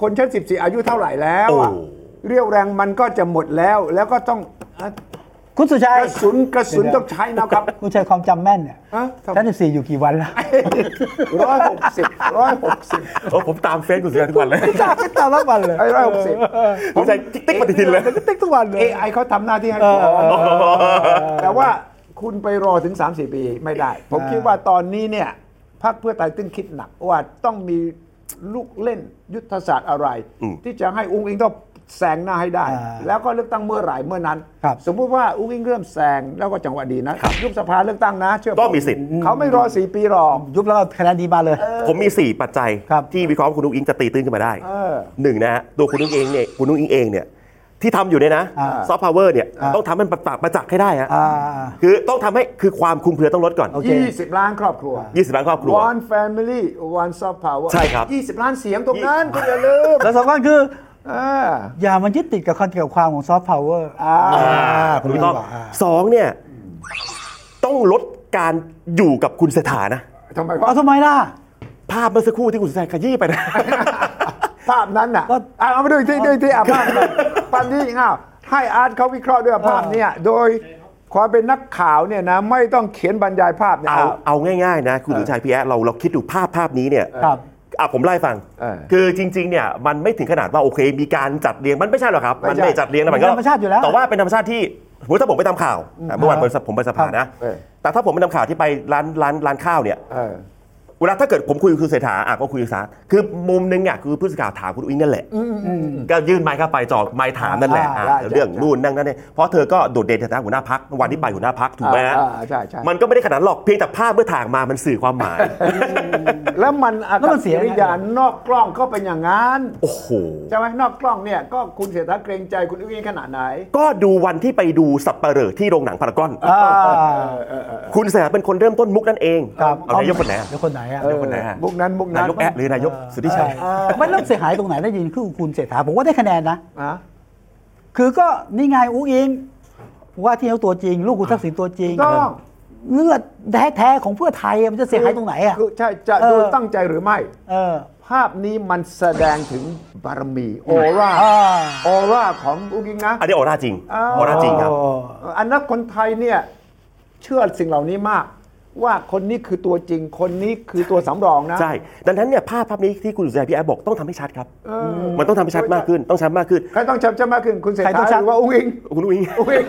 Speaker 1: คนชั้นสิบสี่อายุเท่าไหร่แล้วอะ
Speaker 3: โอ้
Speaker 1: เรี่ยวแรงมันก็จะหมดแล้ว แล้วก็ต้องอ่ะ
Speaker 2: คุณสุชั
Speaker 1: ก
Speaker 2: ย
Speaker 1: ระสุนกระสุนต้องใช้
Speaker 2: [LAUGHS]
Speaker 1: นะครับ
Speaker 2: คุณสุชัยความจำแม่นเนี่ย
Speaker 1: ฮะทำ
Speaker 2: ชั้นสิบสี่อยู่กี่วัน [LAUGHS] แล้ว
Speaker 1: ร้อยหกสิบร้อยหกสิบ
Speaker 3: โอ้ผมตามเฟซคุณสุริยะทุกวันเลย
Speaker 2: จากไม่ตามรับวันเลย
Speaker 1: ไอ้ร้อยหกสิบ
Speaker 3: ผมใจติ๊กปฏิทินเลย
Speaker 2: ติ๊กทุกวันเลย
Speaker 1: AI เขาทำหน้าที่ให้ก่อนแต่ว่าคุณไปรอถึง 3-4 ปีไม่ได้ ผมคิดว่าตอนนี้เนี่ยพรรคเพื่อไทยตึ้งคิดหนักว่าต้องมีลูกเล่นยุทธศาสตร์อะไร ที่จะให้อุ้งอิงต้องแซงหน้าให้ได้
Speaker 2: อ่า
Speaker 1: แล้วก็เลือกตั้งเมื่อไหร่เมื่อนั้น
Speaker 2: ครับ
Speaker 1: สมมุติว่าอุ้งอิงเริ่มแซงแล้วก็จังหวะดีนะยุบสภาเลือกตั้งนะเชื่อผ
Speaker 3: ต้องมีสิทธิ์
Speaker 1: เขาไม่รอสี่ปีหรอก
Speaker 2: ยุบแล้วก็คะแนนดีมาเลย
Speaker 3: ผมมี 4 ปัจจัย
Speaker 2: ครับ
Speaker 3: ที่วิเคราะห์ว่าคุณนุ้งอิงจะตีตื้นขึ้นมาได้
Speaker 1: เออ
Speaker 3: หนึ่งนะฮะตัวคุณนุ้งเองเนี่ยคุณนุ้งอิงเองเนี่ยที่ทำอยู่เนี่ยนะ
Speaker 2: อ่า
Speaker 3: ซอฟต์พาวเวอร์เนี่ย
Speaker 2: อ่า
Speaker 3: ต้องทำให้มันประจักษ์ประจักษ์ให้ได้ฮะ
Speaker 2: อ่า
Speaker 3: คือต้องทำให้คือความคลุมเครือต้องลดก่อน
Speaker 2: โอเค
Speaker 1: 20 ล้านครอบครัว
Speaker 3: 20 ล้านครอบครัว
Speaker 1: one family one soft power
Speaker 3: ใช่ครับ
Speaker 1: 20 ล้านเสียงตรงนั้นคุณอย่าลืม
Speaker 2: แล้วสำคัญคือ
Speaker 1: เออ
Speaker 2: อย่ามันยึดติดกับคอนเกี่ยวกับความของซอฟต์พาวเวอร์
Speaker 1: อ่า
Speaker 2: คุณ
Speaker 3: ถู
Speaker 2: ไม่
Speaker 3: ก
Speaker 2: ต้อ
Speaker 3: ต้อง ง
Speaker 2: อ่า
Speaker 3: สองเนี่ยต้องลดการอยู่กับคุณเศรษฐานะ
Speaker 1: ทำไม
Speaker 2: เอา
Speaker 1: วะ
Speaker 2: ทำไมล่ะ
Speaker 3: ภาพเมื่อสักครู่ที่คุณสุชัยขยี้ไปนะ
Speaker 1: ภาพนั้นน่ะ
Speaker 2: ก็
Speaker 1: อ่ะเอามาดูอีกที่ดูอีกที่อ่ะภาพนั้นภาพนี้อ้าวให้อาร์ตเขาวิเคราะห์ด้วยว่าภาพเนี่ยโดยความเป็นนักข่าวเนี่ยนะไม่ต้องเขียนบรรยายภาพเนี่ย
Speaker 3: เอา
Speaker 1: เอา
Speaker 3: เอาง่ายๆนะ คุณสุชัยพี่แอะเราเราคิดดูภาพภาพนี้เนี่ย
Speaker 2: ครับ
Speaker 3: อ่ะผมไล่ฟัง
Speaker 1: เออ
Speaker 3: คือจริงๆเนี่ยมันไม่ถึงขนาดว่าโอเค มีการจัดเรียงมันไม่ใช่หรอกครับ
Speaker 1: ไม่ใช่
Speaker 3: มันไม่จัดเรียงนะ
Speaker 2: มันเป็นธรรมชาติอยู่แล้ว
Speaker 3: แต่ว่าเป็นธรรมชาติที่สมมติถ้าผมไปทำข่าวอ่ะเมื่อวานผมผมไปสภานะ
Speaker 1: เออ
Speaker 3: แต่ถ้าผมไปทำข่าวที่ไปร้านร้านร้านข้าวเนี่ย
Speaker 1: เออ
Speaker 3: เวลาถ้าเกิดผมคุยกับคุณเศรษฐาอ่ะก็คุยกับสาคือมุมหนึงอ่ะคือผู้สื่อข่าวถามคุณอุ้งนั่นแหละก็ยื่นไมค์เข้าไปจอบไมค์ถามนั่นแหละ
Speaker 1: อ่า
Speaker 3: อ่ะ
Speaker 1: ได้
Speaker 3: เรื่องนู่นนั่นนั่นเนี่ยเพราะเธอก็โดดเด่นในฐานะหัวหน้าพักวันที่ไปหัวหน้าพักถูกไหมฮะ
Speaker 1: อ่าอ่าใช่ใช่
Speaker 3: มันก็ไม่ได้ขนาดหรอกเพียงแต่ภาพเมื่อถ่างมามันสื่อความ
Speaker 1: [LAUGHS]
Speaker 3: หมาย
Speaker 1: แล้วมันอา
Speaker 2: แล้ว
Speaker 1: กาศ
Speaker 2: มันเสี
Speaker 1: กิ
Speaker 2: ยยังไง
Speaker 1: ริยานอกกล้องก็เป็นอย่างนั้น
Speaker 3: โอ้โห
Speaker 1: ใช่ไหมนอกกล้องเนี่ยก็คุณเสียทาเกรงใจคุณอุ้งอิ๊งขนาดไหน
Speaker 3: ก็ดูวันที่ไปดูสับเปะเหร่อที่โรงหนังพารากอน
Speaker 2: อ่า
Speaker 3: คุณเศรษฐาเป็นคนเริ่มต้นมุกนั่นเอง
Speaker 2: ครับ
Speaker 3: เอานายกคนไหนอ่ะ
Speaker 2: เดี๋ยวคนไหนอะ
Speaker 1: เออ
Speaker 3: คนไหนฮะ
Speaker 1: มุกนั้นมุกนั้น
Speaker 3: นายกแอะหรือนายกสุทธิชัย
Speaker 2: เออมันเริ่มเสียหายตรงไหนได้ยินคือคุณเศรษฐาผมว่าได้คะแนนนะ
Speaker 1: อ่ะ
Speaker 2: คือก็นี่ไงอุ้งอิงว่าที่เขาตัวจริง ลูกคุณทักษิณตัวจริง
Speaker 1: ถูกต้อง
Speaker 2: เลือดแท้ๆของเพื่อไทยอะมันจะเสียหายตรงไหนอ่ะ
Speaker 1: คืใช่จะ
Speaker 2: เออ
Speaker 1: ดูตั้งใจหรือไม่
Speaker 2: เออ
Speaker 1: ภาพนี้มันแสดงถึงบารมีออร่า
Speaker 2: อ่า
Speaker 1: ออร่าของอุ้งอิงนะ
Speaker 3: อันนี้ออร่าจริง
Speaker 1: อ้าว
Speaker 3: ออร่าจริงครับ
Speaker 2: โอ้
Speaker 1: อันนั้นคนไทยเนี่ยเชื่อสิ่งเหล่านี้มาก ว่าคนนี้คือตัวจริง คนนี้คือตัวสำรองนะ
Speaker 3: ใช่ ดังนั้นเนี่ยภาพภาพนี้ที่คุณสุชัยพี่แอะบอกต้องทำให้ชัดครับ มันต้องทำให้ชัดมากขึ้น ต้องชัดมากขึ้น
Speaker 1: ใครต้องชับจะมากขึ้นคุณเศรษ
Speaker 2: ใคร
Speaker 1: ฐา
Speaker 2: ต้อง
Speaker 1: ห
Speaker 2: ชับ
Speaker 1: รือว่าอุ้ [LAUGHS] งอิง
Speaker 3: คุณอุ้ง
Speaker 1: อุ้ง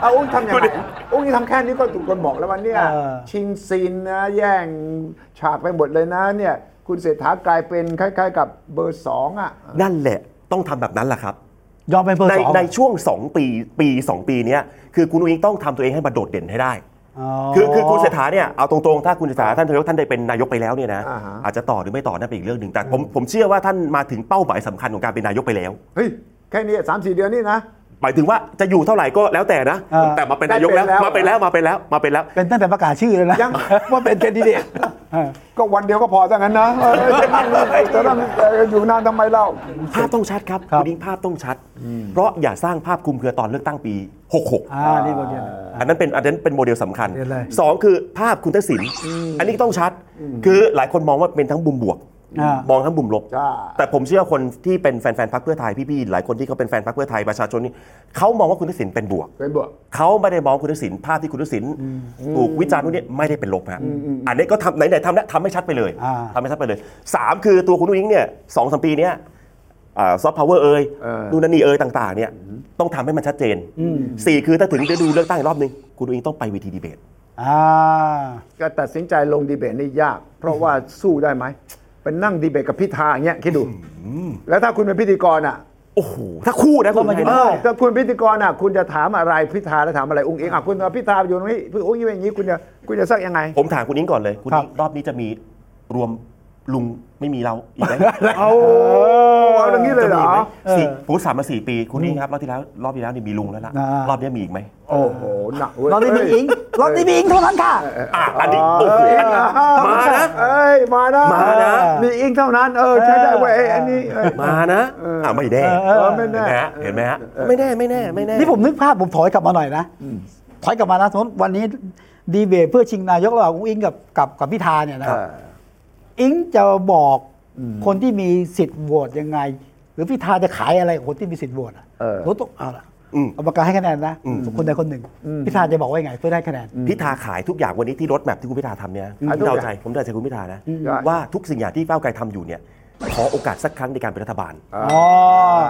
Speaker 1: เอาอุ้งทำ [LAUGHS] อย่างไรอุ้งนี่ทำแค่นี้ก็ถูกคนบอกแล้ววันเนี่ย
Speaker 2: เออ
Speaker 1: ชิงซีนนะ แย่งฉากไปหมดเลยนะเนี่ย คุณเศรษฐากลายเป็นคล้ายๆ กับเบอร์สองอ่ะ
Speaker 3: นั่นแหละต้องทำแบบนั้นแหละครับ
Speaker 2: ยอมเป็นเบอร์
Speaker 3: ใน
Speaker 2: สอง
Speaker 3: ในช่วง 2 ปีปี 2 ปีเนี้ยคือคุณอุ้งอิงต้องทำตัวเองให้มาโดดเด่นให้ได้ คือคือคุณเศรษฐาเนี่ยเอาตรงๆ ถ้าคุณเศรษฐาท่านนายกท่านได้เป็นนายกไปแล้วเนี่ยนะ
Speaker 1: อ่าฮะ
Speaker 3: อาจจะต่อหรือไม่ต่อนั่นเป็นอีกเรื่องหนึ่งแต่ผมผมเชื่อว่าท่านมาถึงเป้าหมายสำคัญของการเป็นนายกไปแล้ว
Speaker 1: เฮ้ย แค่นี้สามสี่เดือนนี่นะ
Speaker 3: หมายถึงว่าจะอยู่เท่าไหร่ก็แล้วแต่นะ
Speaker 2: เออ
Speaker 3: แต่มาเป็นนายกแล้ว
Speaker 1: ได้
Speaker 3: มา
Speaker 1: เป็
Speaker 3: เป็น
Speaker 1: นแล้
Speaker 3: แล้ว
Speaker 1: ว
Speaker 3: มาเป็นแล้วมาเป็นแล้ว
Speaker 2: เป็นตั้งแต่ประกาศชื่อเลยนะ
Speaker 1: ยัง [LAUGHS] ว่าเป็นแคนดิเดต
Speaker 2: เออ
Speaker 1: [LAUGHS] ก็วันเดียวก็พอถ้างั้นนะเอ [LAUGHS] อจะนั่งจะนั่งเอ่ออยู่นานทำไมเล่า
Speaker 3: ภาพต้องชัดครับคุณอิงภาพต้องชัด เพราะอย่าสร้างภาพคลุมเครือตอนเลือกตั้งปี 66
Speaker 2: อ่านี่บทเรียน
Speaker 3: อันนั้นเป็นอันนั้นเป็นโมเดลสำคัญ
Speaker 2: เรียนเลย
Speaker 3: สองคือภาพคุณทักษิณอันนี้ต้องชัด คือหลายคนมองว่าเป็นทั้งบุมบวก
Speaker 2: อ่าม
Speaker 3: องทั้งบุมลบ
Speaker 1: ใช่
Speaker 3: แต่ผมเชื่อคนที่เป็นแฟนๆพรรคเพื่อไทยพี่ๆหลายคนที่เขาเป็นแฟนพรรคเพื่อไทยประชาชนนี่เขามองว่าคุณทักษิณเป็นบวก
Speaker 1: เป็นบวก
Speaker 3: เขาไม่ได้มองคุณทักษิณภาพที่คุณทักษิณถูกวิจารณ์นู่นนี่ไม่ได้เป็นลบฮะอันนี้ก็ทำไหนๆทำแล้วทำให้ชัดไปเลย
Speaker 2: อ่า
Speaker 3: ทำให้ชัดไปเลยสามคือตัวคุณอุ้งอิ๊งเนี่ยสองสามปีเนี้ยซอฟต์พาวเวอร์เอ่ย
Speaker 1: เออ
Speaker 3: นู่นนนนี่เอ่ยต่างๆเนี่ยต้องทำให้มันชัดเจนสี่คือถ้าถึงจะดูเลือกตั้งอีกรอบนึง คุณอุ้งอิ๊งต้องไปเวทีดีเบต
Speaker 2: อ่า
Speaker 1: การตัดสินใจลงดีเบตนี่ยาก เพราะว่าสู้ได้ไหมไปนั่งดีเบตกับพิธาอย่างเงี้ยคิดดู แล้วถ้าคุณเป็นพิธีกรอ่ะ
Speaker 3: โอ้โห ถ้าคู่นะคุณ
Speaker 2: เรามายืน
Speaker 3: เอ
Speaker 1: เอ
Speaker 3: อ
Speaker 1: อถ้าคุณพิธีกรอ่ะคุณจะถามอะไรพิธาแล้วถามอะไรอุ้งอิงอ่ะคุณเอาพิธาอยู่ตรงนี้พี่อุ้งอิงเป็นอย่างนี้คุณจะคุณจะสักยังไง
Speaker 3: ผมถามคุณอิงก่อนเลย คุณ
Speaker 2: ครับ
Speaker 3: อิ๊งรอบนี้จะมีรวมลุงไม่มีเราอีกไหม
Speaker 1: เอาเอาอย่างนี้เลยเหรอ
Speaker 3: สี่ผมสามมาสี่ปี คุณอิงครับรอบที่แล้วรอบที่แล้วนี่มีลุงแล้วล่ะ
Speaker 2: อ่าร ร
Speaker 3: อบนี้มีอีกไหม
Speaker 1: โอ้โหหนักเว้ย
Speaker 2: เราได้มีอิงเราได้มีอิงเท่านั้นค่ะ
Speaker 3: อ่ะอันนี้โอ้โหอันนี้มานะ
Speaker 1: เอ้ยมานะ
Speaker 3: มานะ
Speaker 1: มีอิงเท่านั้นเออใช้ได้เว้ยไอ้อันนี้เออ
Speaker 3: มานะอ่ะไม่แน่
Speaker 1: เออไม่
Speaker 3: เห็น
Speaker 1: แน่
Speaker 3: ไหมฮะเห็นไหมฮะไม่แน่ไม่แน่ไม่แน่
Speaker 2: นี่ผมนึกภาพผมถอยกลับมาหน่อยนะ ถอยกลับมานะสมมติวันนี้ดีเบตเพื่อชิงนายกระหว่างอุ้งอิงกับกับกับพิธาเนี่ยนะ
Speaker 1: เออ
Speaker 2: อิงจะบอกคนที่มีสิทธิ์โหวตยังไง หรือพิธาจะขายอะไรกับคนที่มีสิทธิ์โหวตอ่ะรู้ต้องเอาละเอาปากกาให้คะแนนนะคนใดคนหนึ่ง พิธาจะบอกว่ายังไงเพื่อได้คะแนน
Speaker 3: พิธาขายทุกอย่างวันนี้ที่รถแมพที่คุณพิธาทำเนี่ยผมเดาใจผมเดาใจคุณพิธานะ ว่าทุกสิ่งอย่างที่ก้าวไกลทำอยู่เนี่ยขอโอกาสสักครั้งในการเป็นรัฐบาล
Speaker 2: อ๋อ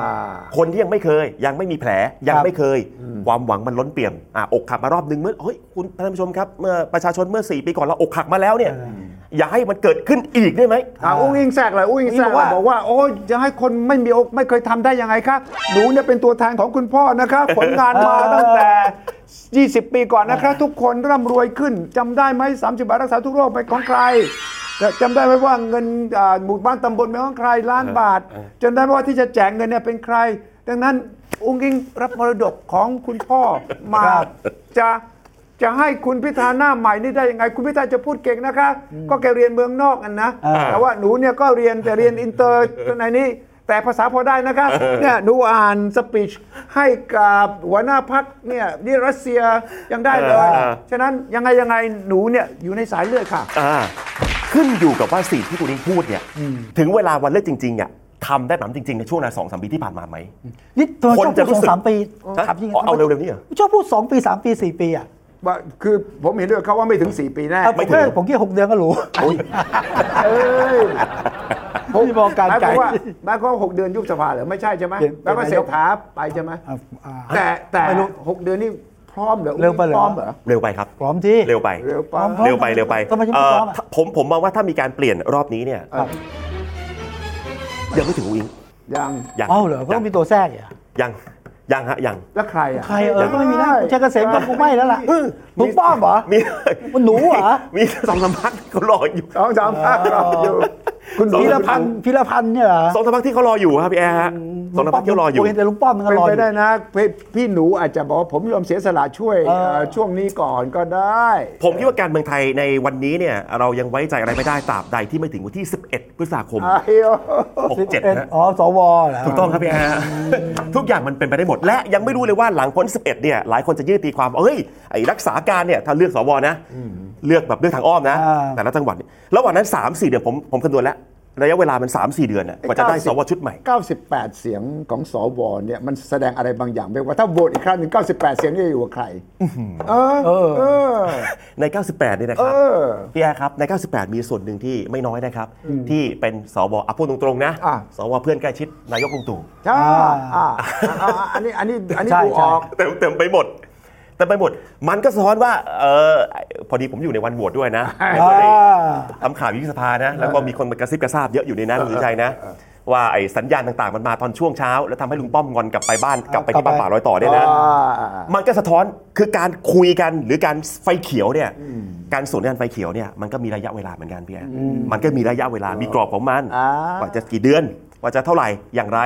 Speaker 1: อ่า
Speaker 3: คนที่ยังไม่เคย ยังไม่มีแผลยังไม่เคย ความหวังมันล้นเปี่ยมอ่ะอกหักมารอบนึงเมื่อเฮ้ยคุณท่านผู้ชมครับเมื่อประชาชนเมื่อ 4 ปีก่อนเราอกหักมาแล้วเนี่ยอย่าให้มันเกิดขึ้นอีกได้ไหม
Speaker 1: อ่าอุ้งอิงแทรกเลยอุ้งอิงแทรกเลย
Speaker 2: อุ้งอิงบอกว่า
Speaker 1: บอกว่า โอ้ยจะให้คนไม่มีอกไม่เคยทำได้ยังไงคะหนูเนี่ยเป็นตัวแทนของคุณพ่อนะคะ ผลงานมาตั้งแต่ 20 ปีก่อนนะคะ ทุกคนร่ำรวยขึ้นจำได้ไหม30 บาทรักษาทุกโรคเป็นของใครจำได้ไหมว่าเงินอ่าหมู่บ้านตำบลเป็นของใครล้านบาทจำได้ไหมว่าที่จะแจกเงินเนี่ยเป็นใคร ดังนั้นอุ้งอิงรับมรดกของคุณพ่อมาจะ จะให้คุณพิธาหน้าใหม่นี่ได้ยังไง คุณพิธาจะพูดเก่งนะคะ ก็แกเรียนเมืองนอกอันนะ
Speaker 2: อ่า
Speaker 1: แต่ว่าหนูเนี่ยก็เรียนแต่เรียนอินเตอร์ในนี้ แต่ภาษาพอได้นะคะเนี่ยหนูอ่านสปีชให้กับหัวหน้าพักเนี่ยนี่รัสเซียยังได้เลย
Speaker 3: เออ
Speaker 1: ฉะนั้นยังไงยังไงหนูเนี่ยอยู่ในสายเลือดค่ะ
Speaker 3: อ่าขึ้นอยู่กับว่าสิ่งที่คุณอิงพูดเนี่ยถึงเวลาวันเลือกจริงๆอ่ะทำได้แบบจริงๆในช่วงเวลาสองสามปีที่ผ่านมาไหม
Speaker 2: นี่เธอชอ
Speaker 3: ค
Speaker 2: บ
Speaker 3: น
Speaker 2: พู
Speaker 3: จะ
Speaker 2: ด
Speaker 3: รู้
Speaker 2: สอง
Speaker 3: สึก
Speaker 2: สามปี
Speaker 3: ฮะ
Speaker 2: ถามจริง
Speaker 3: เอาเอาเร็วๆนี่เหรอ
Speaker 2: ชอบพูดสองปีสามปีสี่ปีอ่ะ
Speaker 1: ว่าคือผมเห็นด้วยกับเขาว่าไม่ถึง 4 ปีแน่
Speaker 2: เอาผม
Speaker 3: ไม่ถึง
Speaker 2: แค่ผมแค่หกเดือนก็รู้
Speaker 3: โอ้ย
Speaker 1: เอ้ย
Speaker 2: นี่มองการ
Speaker 1: หมายค
Speaker 2: ไกล
Speaker 1: วามว่าหมายความว่าหกเดือนยุบสภาเหรือไม่ใช่ใช่ไหม
Speaker 2: เปลี่ยน
Speaker 1: แล้วก็
Speaker 2: เปลี่
Speaker 1: เส
Speaker 2: ยนนายก
Speaker 1: ถาไปใช่ไหม
Speaker 2: อ่ะอ่ะ
Speaker 1: แต่แต่
Speaker 2: ไม่รู้
Speaker 1: หกเดือนนี่พร้อมเหรอ
Speaker 2: เร็วไปเหรอ
Speaker 1: พร้อมเหรอ
Speaker 3: เร็วไปครับ
Speaker 2: พร้อมที่
Speaker 3: เร็วไป
Speaker 1: เร็วไป
Speaker 2: พร้อม
Speaker 3: เร็วไปเร็วไป
Speaker 2: ทำไมยังไม่
Speaker 3: เอ่
Speaker 2: พ
Speaker 3: อ
Speaker 2: ร้อมอ่ะ
Speaker 3: ถ้าผมผมมองว่าถ้ามีการเปลี่ยนรอบนี้เนี่ย
Speaker 1: ครับ
Speaker 3: ยังไม่ถึงอุ้งอิง
Speaker 1: ยัง
Speaker 3: ยัง
Speaker 2: เอ้าเหรอก็ต้องมีตัวแทรกอ่ะ
Speaker 3: ยังยังฮะยัง
Speaker 1: แล้วใครอ่ะ
Speaker 2: ใครเออก็ไม่มีนะ
Speaker 1: ด้
Speaker 2: คุณชัยเกษมก็คงไม่แล้วล่ะ
Speaker 3: เออ
Speaker 2: ลุงป้อมเหรอ
Speaker 3: มี
Speaker 2: มันหนูเหรอ
Speaker 3: มีสองสามพักเขารออยู่
Speaker 1: สองสามภาคเราอยู่คุณ
Speaker 3: สอง
Speaker 2: พิ
Speaker 1: พี
Speaker 2: ร
Speaker 1: ร
Speaker 2: พั
Speaker 1: พั
Speaker 2: น
Speaker 1: น
Speaker 2: ธ์
Speaker 1: ธ์
Speaker 2: พิรพันธ์เนี่ยเหรอ
Speaker 3: สองสามพักที่เขารออยู่ครับพี่แอร์ฮะสองสามพักที่เขารออยู่
Speaker 2: ผมเห็นแต่ลุงป้อมมันก็
Speaker 1: เป็น
Speaker 2: รออ
Speaker 1: ไป
Speaker 2: ยู่
Speaker 1: ได้นะพี่พี่หนูอาจจะบอกว่าผมยอมเสียสละช่วย
Speaker 2: เออ
Speaker 1: เอ่อช่วงนี้ก่อนก็ได้
Speaker 3: ผมคิดว่าการเมืองไทยในวันนี้เนี่ยเรายังไว้ใจอะไรไม่ได้ตราบใดที่ไม่ถึงวันที่ 11 พฤษภาคม
Speaker 1: ไอ้โอ้
Speaker 3: 67
Speaker 2: เอ็น
Speaker 3: นะ
Speaker 2: อ๋อสวเหรอ
Speaker 3: ถูกต้องครับพี่แอร์ [LAUGHS] ทุกอย่างมันเป็นไปได้หมด และยังไม่รู้เลยว่าหลังพ้น 11 เนี่ยหลายคนจะยืดตีความว่าเอ้ยไอ้รักษาการเนี่ยถ้าเลือกสวนะเลือกแบบเลือกทางอ้อมนะ แต่ละจังหวัดเนี่ยระหว่างนั้น3 4เดือนผมผมคำนวณแล้วระยะเวลามัน 3 4 เดือนน่ะกว่าจะได้สวชุดใหม่
Speaker 1: 98 เสียงของสวเนี่ยมันแสดงอะไรบางอย่างไปว่าถ้าโหวตอีกครั้งหนึ่ง98 เสียงจะอยู่กับใครเออเออ เออ
Speaker 3: ใน 98เนี่ยนะครับ
Speaker 1: เออ
Speaker 3: พี่แอร์ครับ ใน 98 มีส่วนหนึ่งที่ไม่น้อยนะครับ ที่เป็นสวอ่ะพูดตรงๆนะ
Speaker 1: อ่ะ
Speaker 3: สวเพื่อนใกล้ชิดนายกลุงตู่
Speaker 1: ใช่อ่าอ่าอ่าอันนี้อันนี้อันนี้
Speaker 2: ใช่
Speaker 1: ดูอ
Speaker 2: ใช่
Speaker 1: อก
Speaker 3: เต็มเต็มไปหมดเต็มไปหมด มันก็สะท้อนว่าเออพอดีผมอยู่ในวันโหวตด้วย [LAUGHS] นะ
Speaker 2: อ่า
Speaker 3: ทำข่าวยุบสภานะ แล้วก็มีคนมากระซิบกระซาบเยอะอยู่ในนั้นคุณชัยนะ ว่าไอ้สัญญาณต่างๆ มันมาตอนช่วงเช้า แล้วทำให้ลุงป้อมงอนกลับไปบ้านกลับไปที่บ้านป่ารอยต่อเนี่ยนะ มันก็สะท้อนคือการคุยกันหรือการไฟเขียวเนี่ยการสวนทางไฟเขียวเนี่ยมันก็มีระยะเวลาเหมือนกันพี่แอนมันก็มีระยะเวลามีกรอบของมัน
Speaker 1: อ่า
Speaker 3: ว่าจะกี่เดือนว่าจะเท่าไหร่อย่างไร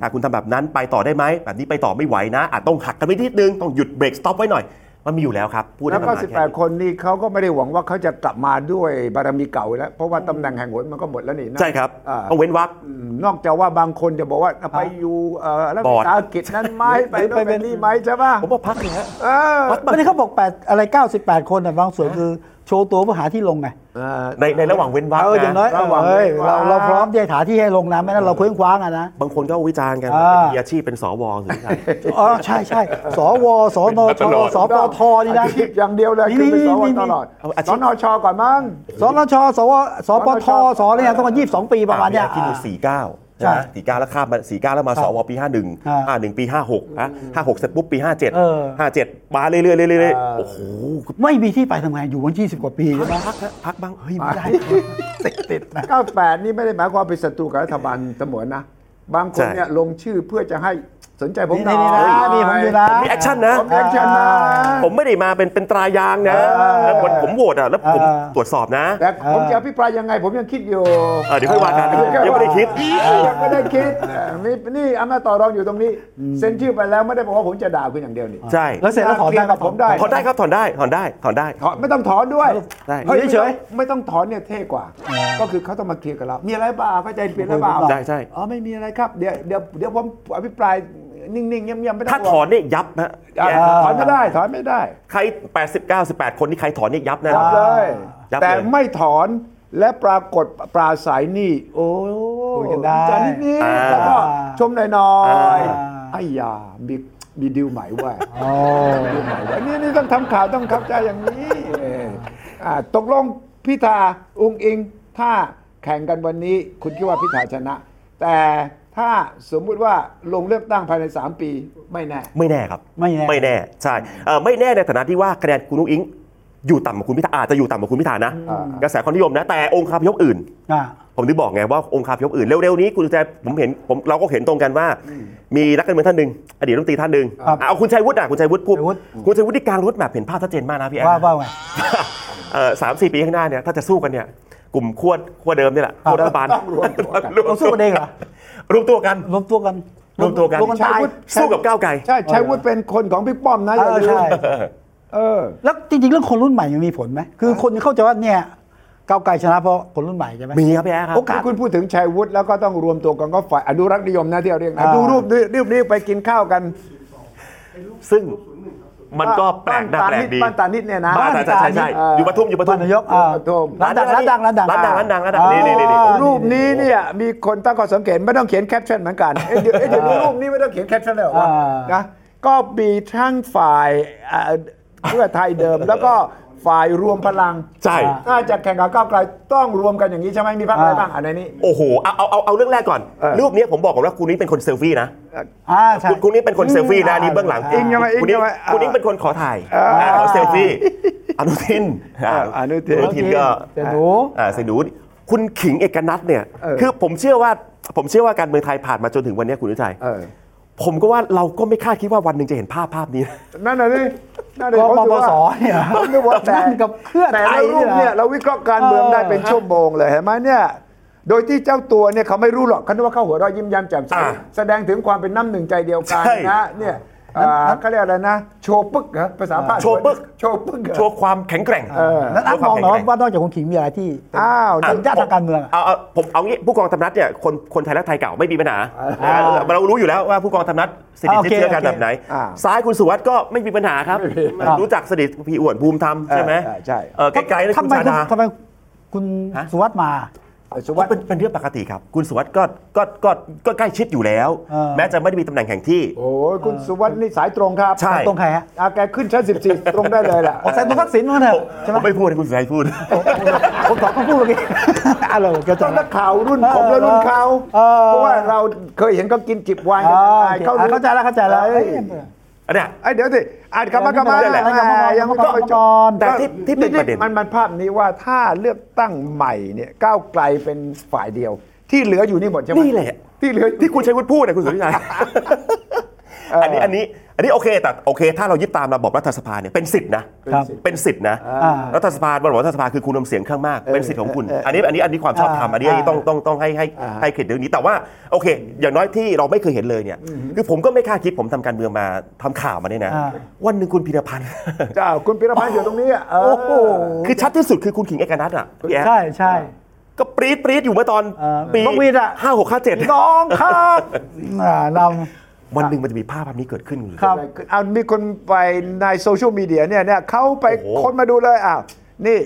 Speaker 3: ถ้าคุณทำแบบนั้นไปต่อได้ไหมแบบนี้ไปต่อไม่ไหวนะอาจต้องหักกันไปนิดนึงต้องหยุดเบรกสต็อปไว้หน่อย มันมีอยู่แล้วครับพูด
Speaker 1: แล้ว
Speaker 3: ให้มัน
Speaker 1: ก็
Speaker 3: มาแค่นี้
Speaker 1: 18 คนนี่เขาก็ไม่ได้หวังว่าเขาจะกลับมาด้วยบารมีเก่าแล้ว เพราะว่าตำแหน่งแห่งหนมันก็หมดแล้วนี่นะ
Speaker 3: ใช่ครับ
Speaker 1: อ่า
Speaker 3: ต้องเว้นวรรค
Speaker 1: อืมนอกจากว่าบางคนจะบอกว่าไปอยู่เอ่อรัฐ
Speaker 3: บอร์
Speaker 1: วิ
Speaker 3: ด
Speaker 1: สาหกิจนั้นไหมไปโน่น
Speaker 2: ไปเป็
Speaker 1: ไป
Speaker 2: น
Speaker 1: นี่ไหมใช่ปะ
Speaker 3: ผมว่าพักนะฮะ
Speaker 1: เออ
Speaker 3: พัก
Speaker 2: วันนี้เขาบอกแปดอะไร 98 คนอ่ะบางส่วนคือโชว์ตัวเพื่อหาที่ลงไง
Speaker 1: เออ
Speaker 3: ในในระหว่างเว้นวรรค
Speaker 2: เอออย่างน้อย
Speaker 3: นะ
Speaker 2: เอ
Speaker 1: ระหว่าง
Speaker 2: อเฮ้ย
Speaker 1: เว้นวร
Speaker 2: เรา
Speaker 1: รค
Speaker 2: เราพร้อมที่จะหาที่ให้ลงนะไม่นั้นเราเคว้งคว้างอ่ะนะ
Speaker 3: บางคนก็วิจารณ์กัน
Speaker 2: อ่า
Speaker 3: มีอาชีพเป็นสวสุดท้าย
Speaker 2: อ๋อใช่ใช่สวสนชสปทนี่นะ
Speaker 1: อาชีพอย่างเดียวเลยคือเป็นสวตลอด
Speaker 3: เอาอาชี
Speaker 1: ส
Speaker 3: พ
Speaker 1: นชก่อนมั้ง
Speaker 2: สนชสวสปทสอะไรอย่างต้องมายี่สิบสองปีประมาณเนี้ย
Speaker 3: ที่ดูสี่เก้า
Speaker 2: ใช่
Speaker 3: ใช่ไหมสี่เก้าแล้วข้ามมาสี่เก้าแล้วมา
Speaker 2: ครับ
Speaker 3: สวปีห้าหนึ่ง
Speaker 2: อ่า
Speaker 3: ห้าหนึ่งปีห้าหกนะห้าหกเสร็จปุ๊บปีห้าเจ็ด
Speaker 2: เออ
Speaker 3: ห้าเจ็ดมาเรื่อยๆเรื่อยๆเรื่อย
Speaker 1: อ่า
Speaker 3: ๆโอ้โห
Speaker 2: ไม่มีที่ไปทำงานอยู่วันที่สิบกว่าปีใช่ไหม
Speaker 3: พักนะพักบ้างเฮ้ยไม่ได้
Speaker 2: ติดติดนะ
Speaker 1: 98 นี่ไม่ได้หมายความเป็นศัตรูกับรัฐบาลเสมอนะ บางคน
Speaker 3: ใช่
Speaker 1: เนี่ยลงชื่อเพื่อจะให้สนใจผมหน่อย
Speaker 2: นี่นี่นะนี่ผมดูนะ
Speaker 3: ผมมีแอคชั่นนะ
Speaker 1: ผมมีแอคชั่นนะ
Speaker 3: ผมไม่ได้มาเป็นเป็นตรายางนะแล้วคนผมโหวตอ่ะแล้วผม
Speaker 2: อ่า
Speaker 3: ตรวจสอบนะ
Speaker 1: แต่ผมจะพิปรายยังไงผมยังคิดอยู่
Speaker 3: เออเดี๋ยวค่อยว่ากันยังไม่ได้คิด
Speaker 1: ยังไม่ได้คิดเออนี่นี่อำนาจต่อรองอยู่ตรงนี้ เซ็นชื่อไปแล้วไม่ได้บอกว่าผมจะด่าคุณอย่างเดียวนี่
Speaker 3: ใช่
Speaker 2: แล้วเสร็จแล้วถอนได้กับผมได้
Speaker 3: ถอนได้ครับถอนได้ถอนได้ถอนได้
Speaker 1: ถอนไม่ต้องถอนด้วย
Speaker 3: ได้
Speaker 1: ฮ้
Speaker 2: เฉย
Speaker 1: ไม่ต้องไม่ต้องถอนเนี่ยเท่กว่า ก็คือเขาต้องมาเคลียร์กับเรา มีอะไรเปล่าเข้าใจเปลี่ยนหรือเปล่า
Speaker 3: ได้ใช่
Speaker 1: อ๋อไม่มีอะไรครับเดี๋ยวเดี๋ยวเดี๋ยวผมอภิปรายนิ่งๆเงียบๆไม่ต้อง
Speaker 3: ถ้าถอนเนี่ยยับนะ
Speaker 1: อ่ะ
Speaker 3: แย่
Speaker 1: ถอนไม่ได้ถอนไม่ได้
Speaker 3: ใคร80 98 คนนี่ใครถอนเนี่ยยับแน่น
Speaker 1: ยั
Speaker 3: อบน
Speaker 1: เลย
Speaker 3: ยับเลย
Speaker 1: แต่ไม่ถอนและปรากฏปราศัยนี่ โอ้
Speaker 2: คุยกันได้
Speaker 1: จะนิดๆแล้วก็ชมหน่อย
Speaker 2: อ่า
Speaker 1: ๆไอ้ยามีมีดิวใหม่เว่า [LAUGHS]
Speaker 2: โอ้
Speaker 1: อันนี้นี่ต้องทำข่าวต้องเข้าใจอย่างนี้เอออ่าตกลงพิธาอุงอิง ถ้าแข่งกันวันนี้ คุณคิดว่าพิธาชนะ แต่ถ้าสมมุติว่าลงเลือกตั้งภายใน 3 ปีไม่แน่
Speaker 3: ไม่แน่ครับ
Speaker 2: ไม่แน่
Speaker 3: ไม่แน่ใช่เอ่อไม่แน่ในฐานะที่ว่าคะแนนคุณนุ้งอิง อยู่ต่ำกว่าคุณพิธาอาจจะอยู่ต่ำกว่าคุณพิธานะ
Speaker 1: อ่า
Speaker 3: กระแสความนิยมนะ แต่องค์คาพยพอื่น
Speaker 2: อ่ะ
Speaker 3: ผมถึงบอกไงว่าองค์คาพยพอื่น เร็วๆนี้คุณแต่ผมเห็นผมเราก็เห็นตรงกันว่า มีนักการเมืองท่านหนึ่งอดีตรัฐมนตรีท่านหนึ่ง
Speaker 2: ครับ
Speaker 3: อ่ะเอาคุณชัยวุฒิอ่ะคุณชัยวุฒิพูด
Speaker 2: ชัยวุฒิ
Speaker 3: คุณชัยวุฒิที่กลางรถแมพเห็นภาพชัดเจนมากนะพี่แอน
Speaker 2: ว่าว่าไง
Speaker 3: [LAUGHS] เอ่อสามสี่ปีข้างหน้าเนี่ยถ้าจะสู้กันเนี่ยกลุ่มขั้วขั้วเดิมเนี่ยแหละ
Speaker 2: อ่า
Speaker 3: ขั้วรัฐบาล
Speaker 1: ต้องรวมตัวกัน
Speaker 2: เราสู้กันเองเหรอ
Speaker 3: รวมตัวกัน
Speaker 2: รวมตัวกัน
Speaker 3: รวมตัวกัน
Speaker 2: รวมกันตาย
Speaker 3: สู้กับก้าวไกล
Speaker 1: ใช่ชัยวุฒิเป็นคนของพี่ป้อมนะ
Speaker 2: เอ
Speaker 1: อย่า
Speaker 2: อ
Speaker 1: ลืม
Speaker 2: ใช่
Speaker 1: เออ
Speaker 2: แล้วจริงๆเรื่องคนรุ่นใหม่มันมีผลไหม คือคนเข้าใจว่าเนี่ย ก้าวไกลชนะเพราะคนรุ่นใหม่ใช่ไหม
Speaker 3: มีครับพี่แอ๊ะครับ
Speaker 1: โอกาสคุณพูดถึงชัยวุฒิแล้วก็ต้องรวมตัวกันก็ฝ่ายอนุรักษ์นิยมนะที่เราเรียกนะ
Speaker 2: อ่า
Speaker 1: ดูรูปนี้รีบรีบไปกินข้าวกัน
Speaker 3: ซึ่งมันก็แปลกนะ
Speaker 1: บ้า
Speaker 3: แปลกดี
Speaker 1: บ้านตานิดเนี่ยนะ
Speaker 3: บ้านตาใช่ใช่ใช่
Speaker 1: เอออ
Speaker 3: อยู่ปทุมอยู่ปทุ
Speaker 2: บ้ามนนายกอ่า
Speaker 1: โทม
Speaker 2: ร้านดังร้านดังร้านดัง
Speaker 3: ร้านดังร้านดังร้านดังนี่นี่นี่
Speaker 2: อ๋อ
Speaker 1: รูปนี้เนี่ยมีคนตั้งข้อสังเกตไม่ต้องเขียนแคปชั่นเหมือนกันเอ้ยเดี๋ยวเอ้ยเดี๋ยวนี้รูปนี้ไม่ต้องเขียนแคปชั่นเลยเหรอวะ
Speaker 2: อ่าน
Speaker 1: นะก็มีทั้งฝ่ายเอ่อเพื่อไทยเดิม แล้วก็ฝ่ายรวมพลัง
Speaker 3: ใช่
Speaker 1: ถ้าจะแข่งกับก้าวไกลต้องรวมกันอย่างนี้ใช่ไหมมีพรรคอะไรบ้างอันในนี้
Speaker 3: โอ้โห เอาเอาเอาเอาเรื่องแรกก่อน
Speaker 1: เออ
Speaker 3: รูปเนี้ยผมบอกก่อนว่าคุณนิ้งเป็นคนเซลฟี่นะ
Speaker 2: อ่าใช่
Speaker 3: คุณคุณนิ้งเป็นคนเซลฟี่นะ
Speaker 2: อ่า
Speaker 3: อันนี่เบื้องหลัง
Speaker 1: อิงยังไงอิง
Speaker 3: คุณนิ้
Speaker 1: ยังไง
Speaker 3: คุณนิ้งเป็นคนขอถ่ายอ่าขอเซลฟี่อนุทิน
Speaker 1: อ่าอนุทิน
Speaker 3: อนุทินก็
Speaker 2: เดี๋ยวหนู
Speaker 3: อ่าเสนูดิคุณขิงเอกนัทเนี่ย
Speaker 1: เออ
Speaker 3: คือผมเชื่อว่าผมเชื่อว่าการเมืองไทยผ่านมาจนถึงวันเนี้ยคุณวิชัย
Speaker 1: เออ
Speaker 3: ผมก็ว่าเราก็ไม่คาดคิดว่าวันหนึ่งจะเห็นภาพภาพนี้
Speaker 1: นั่นน่ะนี่นั่นน่ะ
Speaker 2: ก
Speaker 1: ผม
Speaker 2: ป
Speaker 1: ถือ
Speaker 2: ป
Speaker 1: ว่า
Speaker 2: สเนี่ย
Speaker 1: ผมนึกว่าแต่
Speaker 2: นั่นกับเคลื่อน
Speaker 1: แต่
Speaker 2: ไท
Speaker 1: ละ
Speaker 2: ย
Speaker 1: รูปเนี่ย
Speaker 2: นะ
Speaker 1: เราวิเคราะห์การเมืองได้เป็น
Speaker 2: เออ
Speaker 1: ชั่วโมงเลยเห็นไหมเนี่ยโดยที่เจ้าตัวเนี่ยเขาไม่รู้หรอกเขาคิดว่าเขาหัวเราะยิ้มแย้มแจ่มใส
Speaker 3: อ่า
Speaker 1: แสดงถึงความเป็นน้ำหนึ่งใจเดียวกัน
Speaker 3: ใช่
Speaker 1: นะเนี่ยอ่าเขาเรียกอะไรนะ โชว์ปึ๊กเหรอภาษาภาค
Speaker 3: โชว์ปึ๊ก
Speaker 1: โชว์ปึ๊กเหรอ
Speaker 3: โชว์ความแข็งแกร่ง
Speaker 1: เออ
Speaker 2: แล้วอัพ
Speaker 3: โชว์
Speaker 2: ม
Speaker 3: ควา
Speaker 2: องหน่อ
Speaker 3: ม
Speaker 2: ย
Speaker 3: แข็งแกร่ง
Speaker 2: ว่า นอกจากคุณขิงมีอะไรที่
Speaker 1: อ้าว
Speaker 2: สัญญาติทางการเมืองอะ
Speaker 3: เอาเอาผมเอางี้ผู้กองธรรมนัฐเนี่ยคนคนไทยรักไทยเก่าไม่มีปัญหา
Speaker 2: อ่า
Speaker 3: เออเรารู้อยู่แล้วว่าผู้กองธรรมนัฐสนิท
Speaker 2: อ่าโอ
Speaker 3: ที่
Speaker 2: เค
Speaker 3: เชื่อกัน
Speaker 2: โอเค
Speaker 3: แบบไหน
Speaker 1: อ่า
Speaker 3: ซ้ายคุณสุวัสด์ก็ไม่มีปัญหาครับ รู้จักสนิทพี่อ้วนภูมิธรรมใช่ไหม
Speaker 1: เออใช่
Speaker 3: เออไกลๆนั่น
Speaker 2: ทำ
Speaker 3: คุณ
Speaker 2: ไมคุณ
Speaker 3: ชาดา
Speaker 2: ทำไมคุณ
Speaker 3: ฮะ
Speaker 2: สุวัสด์มา
Speaker 1: สุวัสดิ์
Speaker 3: เป็นเป็นเรื่องปกติครับ คุณสุวัสด์ก็ก็ก็ก็ใกล้ชิดอยู่แล้ว
Speaker 2: เออ
Speaker 3: แม้จะไม่ได้มีตำแหน่งแห่งที่
Speaker 1: โอ้ยคุณสุวัสดิ์นี่สายตรงครับ
Speaker 3: ใช่
Speaker 2: ตรงใครฮะ
Speaker 1: อาแกขึ้นชั้น 14 ตรงได้เลยล่ะ
Speaker 2: ออกสายตรงทักษิณมาเถอะใช่ไหม
Speaker 3: ผมไม่พูดให้คุณสุชัยพูด
Speaker 2: ผมตอบคำพูดเมื่อกี้อะไรวะแกจะ
Speaker 1: ต้องนักข่าวรุ่นผมและรุ่นเขา
Speaker 2: เออ
Speaker 1: เพราะว่าเราเคยเห็นเขากินจิบไวน์กั
Speaker 2: อ่านโอ
Speaker 1: ไป
Speaker 2: เคอ่าเข้าใจแล้วเข้าใจแล้วเอ้ย
Speaker 3: อันเนี้ย
Speaker 1: ไอ้ยเดี๋ยวสิอ่านคำว่ากรรมากรร
Speaker 2: นั่นแหละ
Speaker 1: มากยังไม่ต้องไปจอ
Speaker 2: กรรมการ
Speaker 1: น
Speaker 3: แต่ที่ที่เป็นประเด็น
Speaker 1: มันมันภาพนี้ว่าถ้าเลือกตั้งใหม่เนี่ยก้าวไกลเป็นฝ่ายเดียว ที่เหลืออยู่นี่หมดใช่ไหม
Speaker 3: นี่แหละ
Speaker 1: ที่เหลือที่
Speaker 3: ที่คุณชัยวุฒิพูดนะคุณสุริชัย อันนี้อันนี้อันนี้โอเค แต่โอเค ถ้าเรายึดตามระบบรัฐสภาเนี่ยเป็นสิทธินะครับ เป็นสิทธินะ
Speaker 2: อ่า
Speaker 3: รัฐสภาระบบรัฐสภาคือคุณนำเสียงข้างมากเป็นสิทธิ์ของคุณ อันนี้อันนี้อันนี้ความชอบธรรม
Speaker 2: อ่า
Speaker 3: อันนี้อันนี้ต้องต้องต้องให้ให้ให้เครดิตเรื่องนี้แต่ว่าโอเค อย่างน้อยที่เราไม่เคยเห็นเลยเนี่ยคือผมก็ไม่คาดคิดผมทำการเมืองมาทำข่าวมาเนี่ยนะ
Speaker 2: อ่า
Speaker 3: วันหนึ่งคุณพีรพันธ์
Speaker 1: เจ้าคุณพิรพันธ์อยู่ตรงนี้อ่ะเออ
Speaker 2: โอ้โห
Speaker 3: คือชัดที่สุดคือคุณขิงเอกนัทอ่ะพี่แอ๊ะ
Speaker 2: ใช่ใช่
Speaker 3: ก็ปรี๊ดปรี๊ดอยู่เมื่อตอน
Speaker 2: เออ
Speaker 3: ปี
Speaker 2: นกหวีดอะ
Speaker 3: ห้าหกห้าเจ็ด
Speaker 2: น้องครับอ่าน
Speaker 3: วันหนึ่งมันจะมีภาพแบบนี้เกิดขึ้นคุณสุ
Speaker 2: ำ
Speaker 3: ชั
Speaker 2: ค
Speaker 3: ย
Speaker 2: รับ
Speaker 1: เอามีคนไปในโซเชียลมีเดียเนี่ยเนี่ยเขาไป
Speaker 3: โอ้โห
Speaker 1: คนมาดูเลยอ้าวนี่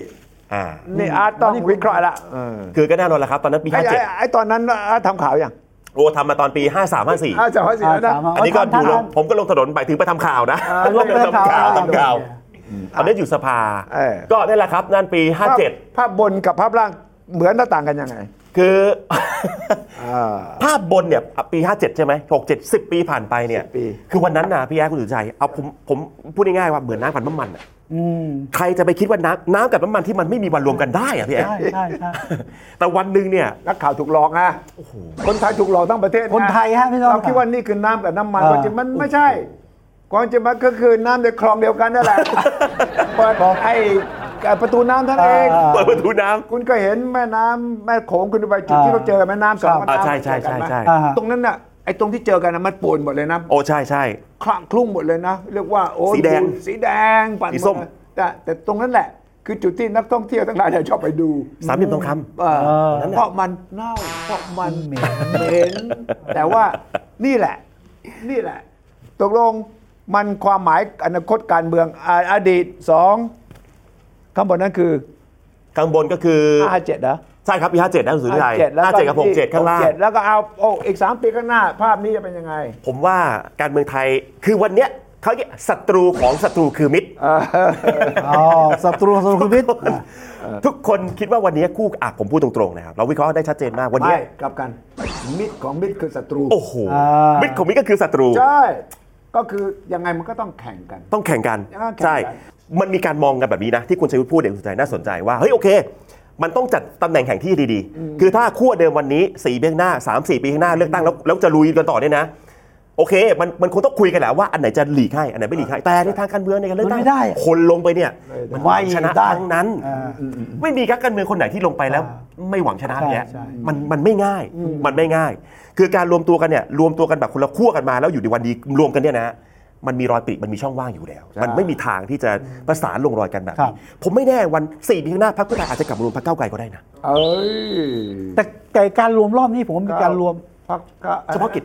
Speaker 3: อ่า
Speaker 1: นี่อาร์ตต้องวิเคราะห์ละเออ
Speaker 3: คือก็แน่นอนแหละครับ ตอนนั้นปี
Speaker 1: ไอ้ไอ้ไอ้ตอนนั้นอาร์ตทำข่าวยัง
Speaker 3: 57โอ้ทำมาตอนปี 53
Speaker 1: อาร์ต
Speaker 3: 54
Speaker 1: จะว่าสิแล้วนะ
Speaker 2: อ่าถามว่า
Speaker 3: อันนี้ก็
Speaker 2: อ๋อทำ
Speaker 3: ดูลง
Speaker 2: ทำ
Speaker 3: ผมก็ลงถนนไปถึงไปทำข่าวนะ
Speaker 2: อ่าลงไปทำข่าว
Speaker 3: ทำข่าวตอนนี้นอยู่สภา
Speaker 1: เออ
Speaker 3: ก็นี่นแหละครับนั่นปี
Speaker 1: ภาพภาพบนกับภาพล่างเหมือนหน้าต่างกันยังไง
Speaker 3: 57 คือ [LAUGHS]
Speaker 1: อ่า
Speaker 3: ภาพบนเนี่ยปี 57 ใช่ไหม67 10 ปีผ่านไปเนี่ย
Speaker 1: 10ปี
Speaker 3: คือวันนั้นนะพี่แอ๊ดคุณสุชัยเอาผมผมพูดง่ายๆว่าเหมือนน้ำกับน้ำมันอะ
Speaker 2: อืม
Speaker 3: ใครจะไปคิดว่าน้ำน้ำกับน้ำมันที่มันไม่มีวันรวมกันได้อะพี่แอ๊ด
Speaker 2: ใช่ใช่ใช่
Speaker 3: แต่วันหนึ่งเนี่ย
Speaker 1: นักข่าวถูกหลอกนะคนไทยถูกหลอกทั้งประเทศ
Speaker 2: คนไทยฮะพี่น้อง
Speaker 1: เราคิดว่านี่คือน้ำกับน้ำมัน
Speaker 2: เออ
Speaker 1: ความจริงมันไม่ใช่ความจริงมันก็คือน้ำในคลองเดียวกันนั่นแหละเปิดไอ้ประตูน้ำท่านเอง
Speaker 3: เปิดประตูน้ำ
Speaker 1: คุณก็เห็นแม่น้ำแม่โขงคุณไปจุด
Speaker 2: อ่า
Speaker 1: ที่เราเจอแม่น้ำสองแม่
Speaker 3: อ่า
Speaker 1: น้ำ
Speaker 3: ใช่ใช่ใช่ใช่
Speaker 1: เจอกันไหม
Speaker 2: อ่า
Speaker 1: ตรงนั้นน่ะไอ้ตรงที่เจอกันนะมันป่วนหมดเลยนะ
Speaker 3: โอ้ใช่ใช่
Speaker 1: คลั่งคลุ้งหมดเลยนะ เรียกว่าโอ้
Speaker 3: สีแดง
Speaker 1: สีแดงปั่นหด
Speaker 3: สีส้ม
Speaker 1: แต่แต่ตรงนั้นแหละ คือจุดที่นักท่องเที่ยวทั้งหลายเนี่ยชอบไปดู
Speaker 3: สามเหลี่ยมทองคำ
Speaker 1: เออเพราะมันเน่าเพราะมันเหม็นเห [LAUGHS] ม็นแต่ว่านี่แหละ นี่แหละ ตกลงมันความหมายอนาคตการเมืองอ่าอดีตสองข้างบนนั้นคือ
Speaker 3: ข้างบนก็คืออ
Speaker 1: ห้าเจ็ดเหรอ
Speaker 3: ใช่ครับปี57นะคุณสุริชัย
Speaker 1: เจ็ดแล้ว
Speaker 3: 57กับ
Speaker 1: ที่
Speaker 3: 67ข้างล่าง
Speaker 1: 67แล้วก็เอาโอ้อีก 3 ปีข้างหน้า ภาพนี้จะเป็นยังไง
Speaker 3: ผมว่าการเมืองไทยคือวันเนี้ยเขาเรียกศัตรูของศัตรูคือมิตร
Speaker 2: อ๋อศัตรูศัตรูคุณพิษ
Speaker 3: ทุกคนคิดว่าวันเนี้ยคู่อ่ะผมพูดตรงๆนะครับเราวิเคราะห์ได้ชัดเจนมากวันเนี้
Speaker 1: ไม่
Speaker 3: ย
Speaker 1: กลับกัน มิตรของมิตรคือศัตรู
Speaker 3: โอ้โห
Speaker 2: อ่ามิ
Speaker 3: มิตรของมิตรก็คือศัตรู
Speaker 1: ใช่ ก็คือยังไงมันก็ต้องแข่งกัน
Speaker 3: ต้องแข่งกัน
Speaker 1: ต้องแข่งกัน
Speaker 3: ใช่ มันมีการมองกันแบบนี้นะ ที่คุณชัยวุฒิพูดเด็กสนใจน่าสนใจว่า เฮ้ย โอเค มันต้องจัดตำแหน่งแห่งที่ดีๆ คือถ้าขั้วเดิมวันนี้สี่ปีข้างหน้าสามสี่ปีข้างหน้าเลือกตั้งแล้วแล้วจะลุยกันต่อเนี่ยนะ โอเค มันมันคงต้องคุยกันแหละว่าอันไหนจะหลีกให้อันไหนไม่หลีกให้แต่ในทางการเมืองในการเลือกตั้ง
Speaker 2: มันไม่ได้
Speaker 3: คนลงไปเนี่ยมันหวังชนะ
Speaker 2: ไม่ได้
Speaker 3: ทั้งนั้น
Speaker 2: อ่า
Speaker 3: ไม่มีการการเมืองคนไหนที่ลงไปแล้ว ไม่หวังชนะเนี่ย
Speaker 2: ใช่ใช่
Speaker 3: มันมันไม่ง่าย มันไม่ง่าย คือการรวมตัวกันเนี่ยรวมตัวกันแบบคนละขั้วกันมาแล้วอยู่ในวันดีรวมกันเนี่ยนะ มันมีรอยปริมันมีช่องว่างอยู่แล้ว
Speaker 1: ใช่
Speaker 3: มันไม่มีทางที่จะประสานลงรอยกันแบบ
Speaker 2: ครั
Speaker 3: นี้
Speaker 2: บ
Speaker 3: ผมไม่แน่วันสี่ปีข้างหน้าพรรคเพื่อไทยอาจจะกลับมารวมพรรคก้าวไกลก็ได้นะ
Speaker 1: เอ้ย
Speaker 2: แต่แต่การรวมรอบนี้ผมว่ามีการรวม
Speaker 1: พัก
Speaker 3: เฉพาะกิจ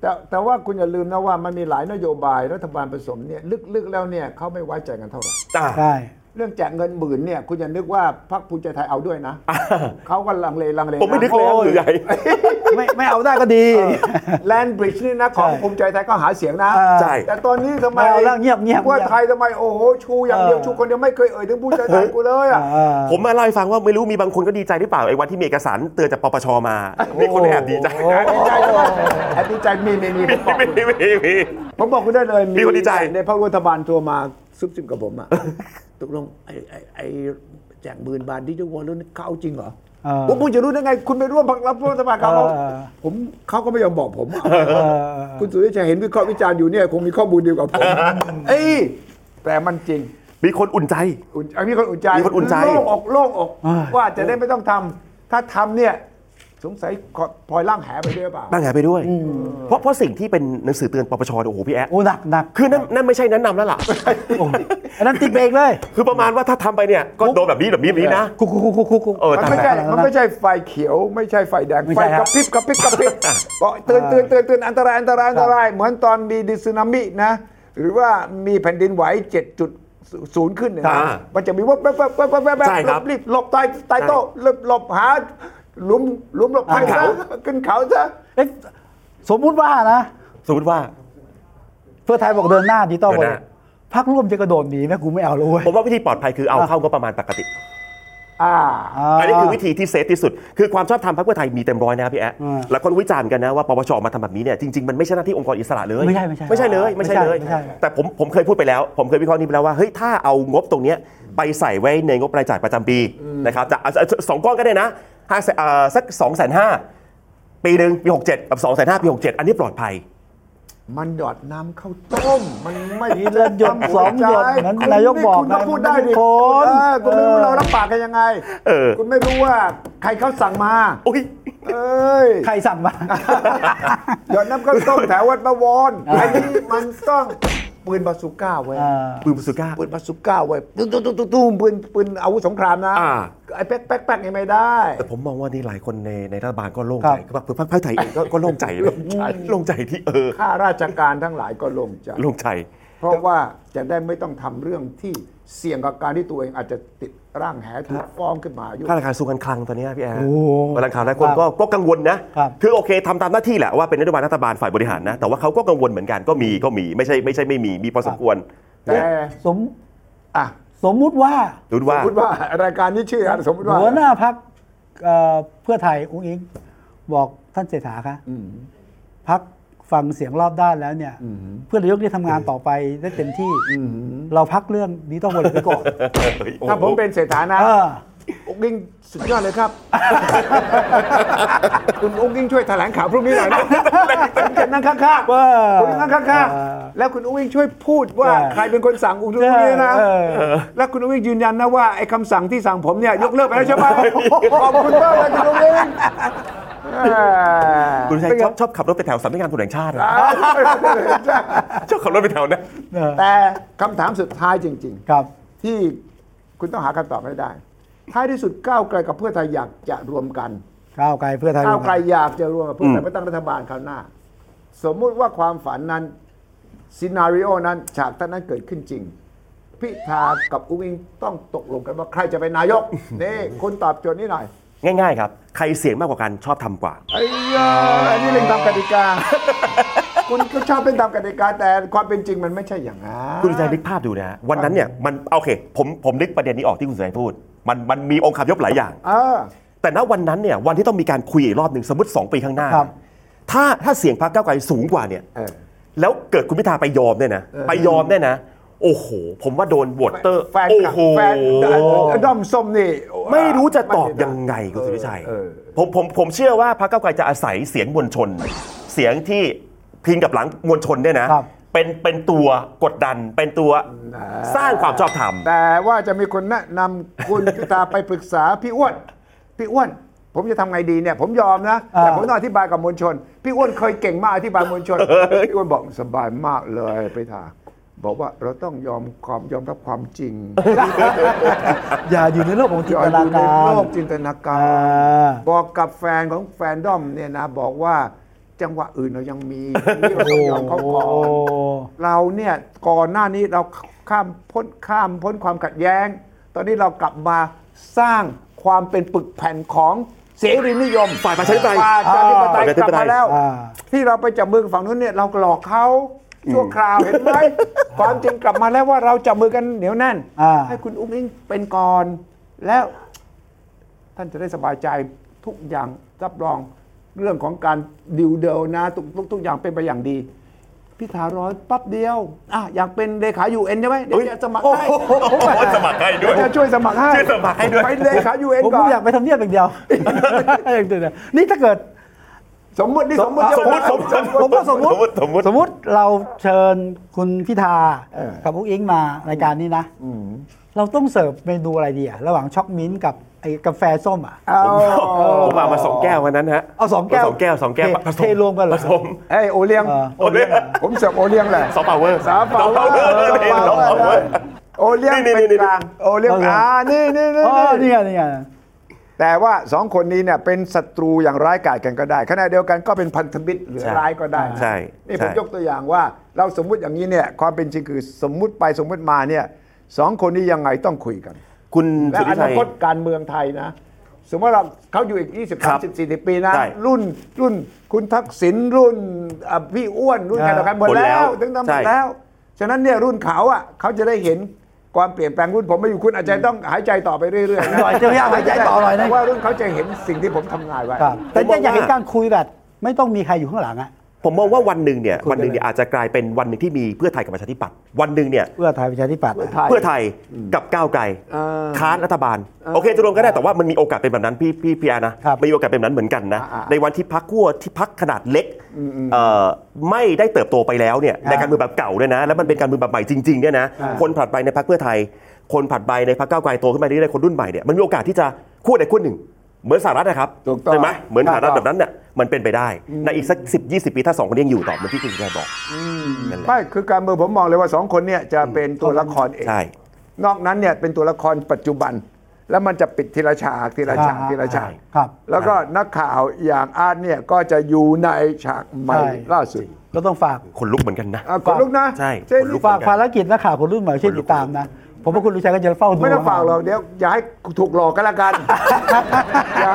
Speaker 1: แต่แต่ว่าคุณอย่าลืมนะว่ามันมีหลายนโยบายรัฐบาลผสมเนี่ยลึกๆแล้วเนี่ยเขาไม่ไว้ใจกันเท่าไหร่
Speaker 3: อ่า
Speaker 2: ใช่
Speaker 1: เรื่องแจกเงินหมื่นเนี่ยคุณอย่านึกว่าพรรคภูมิใจไทยเอาด้วยนะเขาก็ลังเลลังเล
Speaker 3: ผมไม่นึกเลย
Speaker 1: ะ
Speaker 3: ว่าหรือใหญ่
Speaker 2: ไม่ไม่เอาได้ก็ดี
Speaker 1: แลนด์บริดจ์นี่นะของ
Speaker 2: ใช่
Speaker 1: ภูมิใจไทยก็หาเสียงนะ
Speaker 2: เออ
Speaker 3: ใช่
Speaker 1: แต่ตอนนี้ทำไม
Speaker 2: ไม่เอาแล้วเงียบเงียบ
Speaker 1: ว่าไทยทำไมโอ้โหชูอย่างเดียว
Speaker 2: เออ
Speaker 1: ชูคนเดียวไม่เคยเอ่ยถึงภูมิใจไทยกูเลยอ่ะ
Speaker 2: อ่า
Speaker 3: ผมมาเล่าให้ฟังว่าไม่รู้มีบางคนก็ดีใจหรือเปล่าไอ้วันที่มีเอกสารเตือนจากปปชมา มีคนแอบดีใจนะ
Speaker 1: ดีใจเลยแอบดีใจมีมีมีผมบอกคุณผมบอก
Speaker 3: มีมีมีมี
Speaker 1: คุณได้เลย
Speaker 3: มีคนดีใจ
Speaker 1: ในพรรครัฐบาลทัวร์มาซุบซิบกับผมอ่ะ [LAUGHS] ตกลงไอ้ไอ้ไอ้แจกหมื่นบาทดิจิทัลแล้วเขาเอาจริงเหรอ
Speaker 2: เออ
Speaker 1: ผมคุณจะรู้ได้ไง คุณไปร่วมพรรครับรัฐบาลเขา
Speaker 2: เออเออ
Speaker 1: ผมเขาก็ไม่ยอมบอกผมอะ
Speaker 2: เออ
Speaker 1: [LAUGHS] คุณสุริชัยเห็นวิเคราะห์วิจารณ์อยู่เนี่ยคงมีข้อมูลเดียวกับผมเอ้ยแต่มันจริง
Speaker 3: มีคนอุ่นใจ
Speaker 1: อุ่นอันนี้คนอุ่นใจ
Speaker 3: มีคนอุ่นใจ
Speaker 1: โล่งอกโล่งอก
Speaker 2: อ่า
Speaker 1: ว่าจะได้ไม่ต้องทำถ้าทำเนี่ยสงสัยพลอยล่างแหไปด้วยหรือเปล่า
Speaker 3: ตั้งหายไปด้วย เพราะเพราะสิ่งที่เป็นหนังสือเตือนปปชเนี่ยโอ้โหพี่แอ๊ะ
Speaker 2: โอ้หนักหนัก
Speaker 3: คือนั่นนั่นไม่ใช่แนั้นนำแล้วล่ะ
Speaker 2: โอ้ยอันนั้นติดเบรกเลย
Speaker 3: คือประมาณว่าถ้าทำไปเนี่ยก็โดนแบบนี้แบบนี้แบบนี้นะ
Speaker 2: คุกคุกคุกคุกคุก
Speaker 3: เออ
Speaker 1: มัน
Speaker 3: ตาม
Speaker 1: ไม่
Speaker 3: นั้
Speaker 1: ใช่
Speaker 3: น
Speaker 1: มันไม่ใช่ไฟเขียว ไม่ใช่ไฟแดง
Speaker 2: ไม่
Speaker 1: ไฟ
Speaker 2: ใช่
Speaker 1: ก
Speaker 2: ฮะ
Speaker 1: ระพริบกระพริบกระพริ
Speaker 2: [LAUGHS]
Speaker 1: บบอกเตือนเตือนเตือนเตือนอันตรายอันตรายอันตราย เหมือนตอนมีดิสึนามินะ หรือว่ามีแผ่นดินไหว7.0ขึ้นเนี่ยนะ
Speaker 3: อ่า
Speaker 1: มันจะมีวับแวบแวบแวบแวบแวบ
Speaker 3: ใช่ครับ
Speaker 1: รีบหลบใต้ใต้โต๊ะหลบหลบหาหลุมหลุมหลบภัย
Speaker 3: ขึ้
Speaker 1: ซะ
Speaker 3: นเขา
Speaker 1: ขึ้นเขาซะ
Speaker 2: เอ๊ะสมมุติว่านะ
Speaker 3: สมมติว่า
Speaker 2: เพื่อไทยบอกเดินหน้าดิจิตอล
Speaker 3: เดินหน้า
Speaker 2: พักร่วมจะกระโดดหนีไหมกูไม่เอาเลยเว้ย
Speaker 3: ผมว่าวิธีปลอดภัยคือเอาเข้าก็ประมาณปกติ
Speaker 1: อ่า
Speaker 3: อันนี้คือวิ
Speaker 2: า
Speaker 3: ธีที่เซฟที่สุด คือความชอบธรรมพรรคเพื่อไทยมีเต็มร้อยนะครับพี่แอ๊ะ
Speaker 2: อืม
Speaker 3: หลายคนวิจารณ์กันนะว่าปปชออกมาทำแบบนี้เนี่ยจริงๆมันไม่ใช่หน้าที่องค์กรอิสระเลย
Speaker 2: ไม่ใช่ไม่ใช่
Speaker 3: ไม่ใช่เลยไม่ใช่เลย
Speaker 2: ไม่ใช่ไม่ใช่
Speaker 3: แต่ผมผมเคยพูดไปแล้ว ผมเคยวิเคราะห์นี้ไปแล้วว่าเฮ้ยถ้าเอางบตรงเนี้ยไปใส่ไว้ในงบรายจ่ายประจำปีนะครับจะเอาเอาเอาสองก้อนก็ได้นะห้าแสนเอ่อสักสองแสนห้าปีหนึ่งปีหกเจ็ดกับสองแสนห้าปีหกเจ็ดอันนี้ปลอดภัย
Speaker 1: มันหยอดน้ำข้าวต้ม มันไม่
Speaker 2: ทีละหยด
Speaker 1: ทำ
Speaker 2: สองหยด
Speaker 1: ใจ
Speaker 2: เหมือน
Speaker 1: คุณ
Speaker 2: นายกบอก
Speaker 1: คุณก็
Speaker 2: นะ
Speaker 1: พูดได้ดิ
Speaker 2: ทุกคน
Speaker 1: เออคุณไม่รู้
Speaker 2: เออ
Speaker 1: เรารับปากกันยังไง
Speaker 3: เออ
Speaker 1: คุณไม่รู้ว่าใครเขาสั่งมา
Speaker 3: อุ้ย
Speaker 1: เอ้ย
Speaker 2: ใครสั่งมา
Speaker 1: หยอดน้ำข้าวต้มแถววัดบวรอันนี้มันต้องปืนบาซูก้าเว้ย
Speaker 2: อ่า
Speaker 3: ปืนบาซูก้า
Speaker 1: ปืนบาซูก้าเว้ยตุ้มตุ้มตุ้มตุ้มตุ้มปืนปืนอาวุธสงครามนะ
Speaker 3: อ่า
Speaker 1: ไอ้แป๊กแป๊กแป๊กนี่ไม่ได้
Speaker 3: แต่ผมมองว่านี่หลายคนในในรัฐบาลก็โล่ง
Speaker 2: ครั
Speaker 3: ใจ
Speaker 2: บ
Speaker 3: คือพรรคเพื่อไทยเองก็ก็โล่งใจเลยโล่งใจที่เออ
Speaker 1: ข้าราชการทั้งหลายก็ลงใจ
Speaker 3: โล่งใจ
Speaker 1: เพราะว่าจะได้ไม่ต้องทำเรื่องที่เสี่ยงกับการที่ตัวเองอาจจะติดร่างแหถูกฟ้องขึ้นมาอยู่
Speaker 3: ข้าราชการกระทรวงการคลังตอนนี้พี่แอร์
Speaker 2: โอ้โห
Speaker 3: กำลังข่าวหลายคนก็ก็กังวลนะครับ อโอเคทำตามหน้าที่แหละว่าเป็นนโยบายรัฐบาลฝ่ายบริหารนะ แต่ว่าเขาก็กังวลเหมือนกันก็มีก็มีไม่ใช่ไม่ใช่ไม่มีมีพอสมควร
Speaker 1: แต่
Speaker 2: สม
Speaker 1: อ่ะ
Speaker 2: สมมุติว่า
Speaker 3: รู้ว่า
Speaker 1: พูดว่ารายการนี้ชื่ออะไรสมมติว่า
Speaker 2: หัวหน้าพักเพื่อไทยอุ้งอิงบอกท่านเศรษฐาคะพักฟังเสียงรอบด้านแล้วเนี่ย เพื่อนายกได้ทำงานต่อไปได้เต็มที่เราพักเรื่องนี้ต้องวนไปก่อน
Speaker 1: ถ้าผมเป็นเศรษฐานะ
Speaker 2: เออ
Speaker 1: อุ้งอิงสุดยอดเลยครับ [LAUGHS] คุณอุ้งอิงช่วยแถลงข่าวพรุ่งนี้หน่อย
Speaker 3: [LAUGHS]
Speaker 1: นะผมจะนั่งข้าง
Speaker 2: ว่า
Speaker 1: ๆผมจะนั่งข้าง
Speaker 2: เออ
Speaker 1: ๆแล้วคุณอุ้งอิงช่วยพูดว่า
Speaker 2: ใช่
Speaker 1: ใครเป็นคนสั่งอุ้งอิงเนี่ยนะ
Speaker 2: เออ
Speaker 1: แล้วคุณอุ้งอิงยืนยันนะว่าไอ้คำสั่งที่สั่งผม
Speaker 3: [LAUGHS]
Speaker 1: เนี่ยยกเลิกไปแล้วใช่ไหมขอบคุณมากเลยคุณอุ้งอิง
Speaker 3: คุณชัยชอบชอบขับรถไปแถวสำนักงานตุลาแห่งชาตินะชอบขับรถไปแถวนะ
Speaker 1: [LAUGHS] แต่คำถามสุดท้ายจริง
Speaker 2: ครับ
Speaker 1: ๆ ที่คุณต้องหาคำตอบให้ได้ ท้ายที่สุดก้าวไกลกับเพื่อไทยอยากจะรวมกัน
Speaker 2: ก้าวไกลเพื่อไทย
Speaker 1: ก้าวไกลอยากจะรวมกับเพื่อไทยเพื่อตั้งรัฐบาลคราวหน้า สมมุติว่าความฝันนั้นซีนารีโอนั้นฉากท่านนั้นเกิดขึ้นจริง พิธากับอุ้งอิงต้องตกลงกันว่าใครจะเป็นนาย
Speaker 3: [LAUGHS]
Speaker 1: ก นี่คุณตอบโจทย์นี้หน่อย
Speaker 3: ง่าย ๆ ครับ ใครเสียงมากกว่ากันชอบทำกว่า
Speaker 1: ไอ้ยาอันนี้เล่นตามกติ
Speaker 3: [LAUGHS]
Speaker 1: กา คุณก็ชอบเล่นตามกติกาแต่ความเป็นจริงมันไม่ใช่อย่างนั้น
Speaker 3: คุณสุชัยนึกภาพดูนะ วันนั้นเนี่ยมันโอเค ผมผมนึกประเด็นนี้ออกที่คุณสุชัยพูด มันมันมีองค์ขับยบหลายอย่าง
Speaker 1: เออ
Speaker 3: แต่ณวันนั้นเนี่ยวันที่ต้องมีการคุยอีกรอบหนึ่งสมมติ 2 ปีข้างหน้า
Speaker 2: ครับ
Speaker 3: ถ้าถ้าเสียงพรรคก้าวไกลสูงกว่าเนี่ย
Speaker 1: เออ
Speaker 3: แล้วเกิดคุณพิธาไปยอมเนี่ยนะไปยอมเนี่ยนะ โอ้โห ผมว่าโดนบวตเตอร์
Speaker 1: แฟน
Speaker 3: โอ้
Speaker 1: คลับ
Speaker 3: โห
Speaker 1: แฟนด้อมส้มนี่
Speaker 3: ไม่รู้จะตอบยังไงคุณสุวิชัยผมผมผมเชื่อว่าพรรคก้าวไกลจะอาศัยเสียงมวลชน เสียงที่พิงกับหลังมวลชนเนี่ยนะครับ เป็นเป็นตัวกดดันเป็นตัวสร้างความชอบธรรม
Speaker 1: แต่ว่าจะมีคนแนะนำคุณพิตาไปปรึกษาพี่อ้วน พี่อ้วน ผมจะทำไงดีเนี่ย ผมยอมนะ
Speaker 2: อ่า
Speaker 1: แต่ผมต้องอธิบายกับมวลชน พี่อ้วนเคยเก่งมากอธิบายม
Speaker 2: [LAUGHS]
Speaker 1: วลชน พี่อ้วนบอกสบายมากเลยไปทาบอกว่าเราต้องยอมความยอมรับความจริ
Speaker 2: [LAUGHS]
Speaker 1: ง
Speaker 2: อย่าอยู่ในโลกของจิน
Speaker 1: อย่า
Speaker 2: ต
Speaker 1: อยู่
Speaker 2: นา
Speaker 1: ใน
Speaker 2: การ
Speaker 1: โลกจินตนาการ
Speaker 2: อ่า
Speaker 1: บอกกับแฟนของแฟนด้อมเนี่ยนะบอกว่าจังหวะอื่นเรายังมีที่เราต้องยอมเขาก่อนเราเนี่ยก่อนหน้านี้เราข้ามพ้นข้ามพ้นความขัดแย้ง ตอนนี้เรากลับมาสร้างความเป็นปึกแผ่นของเสรีนิยม
Speaker 3: ฝ่ายประชาธิปไตย
Speaker 1: ฝ่ายประชาธิปไตย
Speaker 3: อ่า
Speaker 1: ลับ
Speaker 3: ก
Speaker 1: มาแล้ว
Speaker 2: อ่า
Speaker 1: ที่เราไปจับมือกับฝั่งนู้นเนี่ยเราหลอกเขาชั่วคราวเห็นไหมความจริงกลับมาแล้วว่าเราจับมือกันเหนียวแน่น
Speaker 2: อ่า
Speaker 1: ให้คุณอุ้งอิงเป็นก่อนแล้ว ท่านจะได้สบายใจทุกอย่างรับรองเรื่องของการดิวเดลนะทุกทุกทุกอย่างเป็นไปอย่างดี พิธาร้อยปั๊บเดียวอ่ะอยากเป็นเลขายูเอ็นใช่ไหมเดี๋ยวจะสมัครให้
Speaker 3: สมัครให้ด้
Speaker 1: เดี๋
Speaker 3: วย
Speaker 1: วย จะช่วยสมัครให้
Speaker 3: ช่วยสมัครให้ด้วย
Speaker 1: ไปเลขายูเอ็น
Speaker 2: ผม
Speaker 1: ก่อน
Speaker 2: อยากไปทำเนียบอย่างเดียว อย่างเดียวนี่ถ้าเกิด
Speaker 1: สมมตินี่สมมติ
Speaker 3: สมมติสมมติ
Speaker 2: ผมก็สมมติ
Speaker 3: สมมติ
Speaker 2: สมมติเราเชิญคุณพิธากับอุ๊กอิงมารายการนี้นะ เราต้องเสิร์ฟเมนูอะไรดีอะระหว่างช็อกมิ้นท์กับไอ้กาแฟส้มอ่ะ
Speaker 1: เอา
Speaker 3: ผมเอามาสองแก้ววันนั้นฮะ
Speaker 2: เอาสองแก้ว
Speaker 3: สองแก้วสองแก้ว
Speaker 2: เท
Speaker 3: ผส
Speaker 2: เทรวมกันเหรอ
Speaker 3: ผสม
Speaker 1: เอ้ยโอเลี้ยง
Speaker 2: เออ
Speaker 3: โอเลี้ยง
Speaker 1: ผมเสิร์ฟโอเลี้ยงแหละ
Speaker 3: ซอฟต์พาวเวอร์
Speaker 1: สามเปล่า
Speaker 3: ซอฟต์พาวเวอ
Speaker 1: เอ
Speaker 3: ร์
Speaker 1: อ
Speaker 3: เทรวม
Speaker 1: เออ
Speaker 3: เอาเว้ย
Speaker 1: โอเลี้ยง
Speaker 3: นี่
Speaker 1: เป็
Speaker 3: นี่
Speaker 1: น
Speaker 3: นี่
Speaker 1: กลางโอเลี้ยงอ่านี่นี่นี่
Speaker 2: อ๋อ
Speaker 1: นี่
Speaker 2: นี่ไงนี่ไง
Speaker 1: แต่ว่าสองคนนี้เนี่ยเป็นศัตรูอย่างร้ายกาจกันก็ได้ขณะเดียวกันก็เป็นพันธมิตรหรือ
Speaker 3: ใช่
Speaker 1: ร้ายก็ได้นะ
Speaker 3: ใช่
Speaker 1: นี่ผม
Speaker 3: ใช่
Speaker 1: ยกตัวอย่างว่าเราสมมุติอย่างนี้เนี่ยความเป็นจริงคือสมมุติไปสมมุติมาเนี่ยสองคนนี้ยังไงต้องคุยกัน
Speaker 3: คุณ
Speaker 1: และ
Speaker 3: สุทธิ
Speaker 1: อ
Speaker 3: ชั
Speaker 1: นาย คตการเมืองไทยนะ สมมติว่าเราเขาอยู่อีก 20
Speaker 3: ครับ
Speaker 1: 30 40 ปีนะ
Speaker 3: ได้
Speaker 1: รุ่นรุ่นคุณทักษิณรุ่นอ่ะพี่อ้วนรุ่นใครต่
Speaker 2: อ่า
Speaker 1: อใครหมด
Speaker 3: หมดแล้
Speaker 1: แล้ว วถึงทำหม
Speaker 3: ใช่
Speaker 1: ดแล้ว ฉะนั้นเนี่ยรุ่นเขาอ่ะเขาจะได้เห็นความเปลี่ยนแปลงรุ่นผมไม่อยู่คุณอาจจะต้องหายใจต่อไปเรื่อยๆนะ
Speaker 2: หน่อยเจ้ายากหายใจต่อหน่อย
Speaker 1: เพ
Speaker 2: นะ
Speaker 1: ราะว่ารุ่นเขาจะเห็นสิ่งที่ผมทำงานไว้
Speaker 2: ครับแต่
Speaker 3: ผมว่า
Speaker 2: จะอยากเห็นการคุยแบบ ไม่ต้องมีใครอยู่ข้างหลังอ่ะ
Speaker 3: ผมมองว่าวันหนึ่งเนี่ย
Speaker 2: คุยกัน
Speaker 3: วันหนึ่งเนี่ยอาจจะกลายเป็นวันหนึ่งที่มีเพื่อไทยกับประชาธิปัตย์วันหนึ่งเนี่ย
Speaker 2: เพื่อไทยประชาธิปัตย์อะ
Speaker 3: เพื่อไทยกับก้าวไกล
Speaker 1: เออ
Speaker 3: ค้านรัฐบาล โอเคจะรวมก็ได้แต่ว่ามันมีโอกาสเป็นแบบนั้นพี่พี่พีอานะครับ มีโอกาสเป็นแบบนั้นเหมือนกันนะ
Speaker 1: อ่าๆ
Speaker 3: ในวันที่พักขั้วที่พักขนาดเล็กเอ่อไม่ได้เติบโตไปแล้วเนี่ยในการเมืองแบบเก่าเนี่ยนะแล้วมันเป็นการเมืองแบบใหม่จริงๆเนี่ยนะคนผลัดไปในพักเพื่อไทย คนผลัดไปในพักก้าวไกลโตขึ้นมาเรื่อยๆคนรุ่นใหม่เนี่ยมันมีโอกาสที่จะขั้วใดขั้วหนึ่ง เหมือนสหรัฐนะครับ
Speaker 1: ถูกต้อง
Speaker 3: ใช่ไหมเหมือนสหรัฐ
Speaker 1: ถูกต้อง
Speaker 3: แบบนั้นเนี่ยมันเป็นไปได้ในอีกสัก10 20 ปีถ้าสองคนนี้ยังอยู่ต่อเหมือนที่คุณแกบอกนั่นแหละ
Speaker 1: ไม่คือการเมืองผมมองเลยว่าสองคนเนี่ยจะเป็นตัวละครเอก
Speaker 3: ใช่
Speaker 1: นอกนั้นเนี่ยเป็นตัวละครปัจจุบัน แล้วมันจะปิดทีละฉากทีละฉาก
Speaker 2: อ่า
Speaker 1: ทีละฉาก
Speaker 2: ใช่ครับ
Speaker 1: แล้วก็นักข่าวอย่างอาร์ตเนี่ยก็จะอยู่ในฉากใหม่
Speaker 2: ใช่
Speaker 1: ล่าสุด
Speaker 2: ก็ต้องฝาก
Speaker 3: คนลุกเหมือนกันนะ
Speaker 1: อ่ะขนลุกนะ
Speaker 3: ใช่
Speaker 1: เจ๊
Speaker 3: ขนลุ
Speaker 1: นี่
Speaker 2: ฝากภารกิจนักข่าวคนรุ่นใหม่ช่วยติดตามนะ ผมว่าคุณลุงชัยก็จะเฝ้าดู
Speaker 1: ไม่ต้องฝากหรอกเดี๋ยวอย่าให้ถูกหลอกกันละกัน อย่า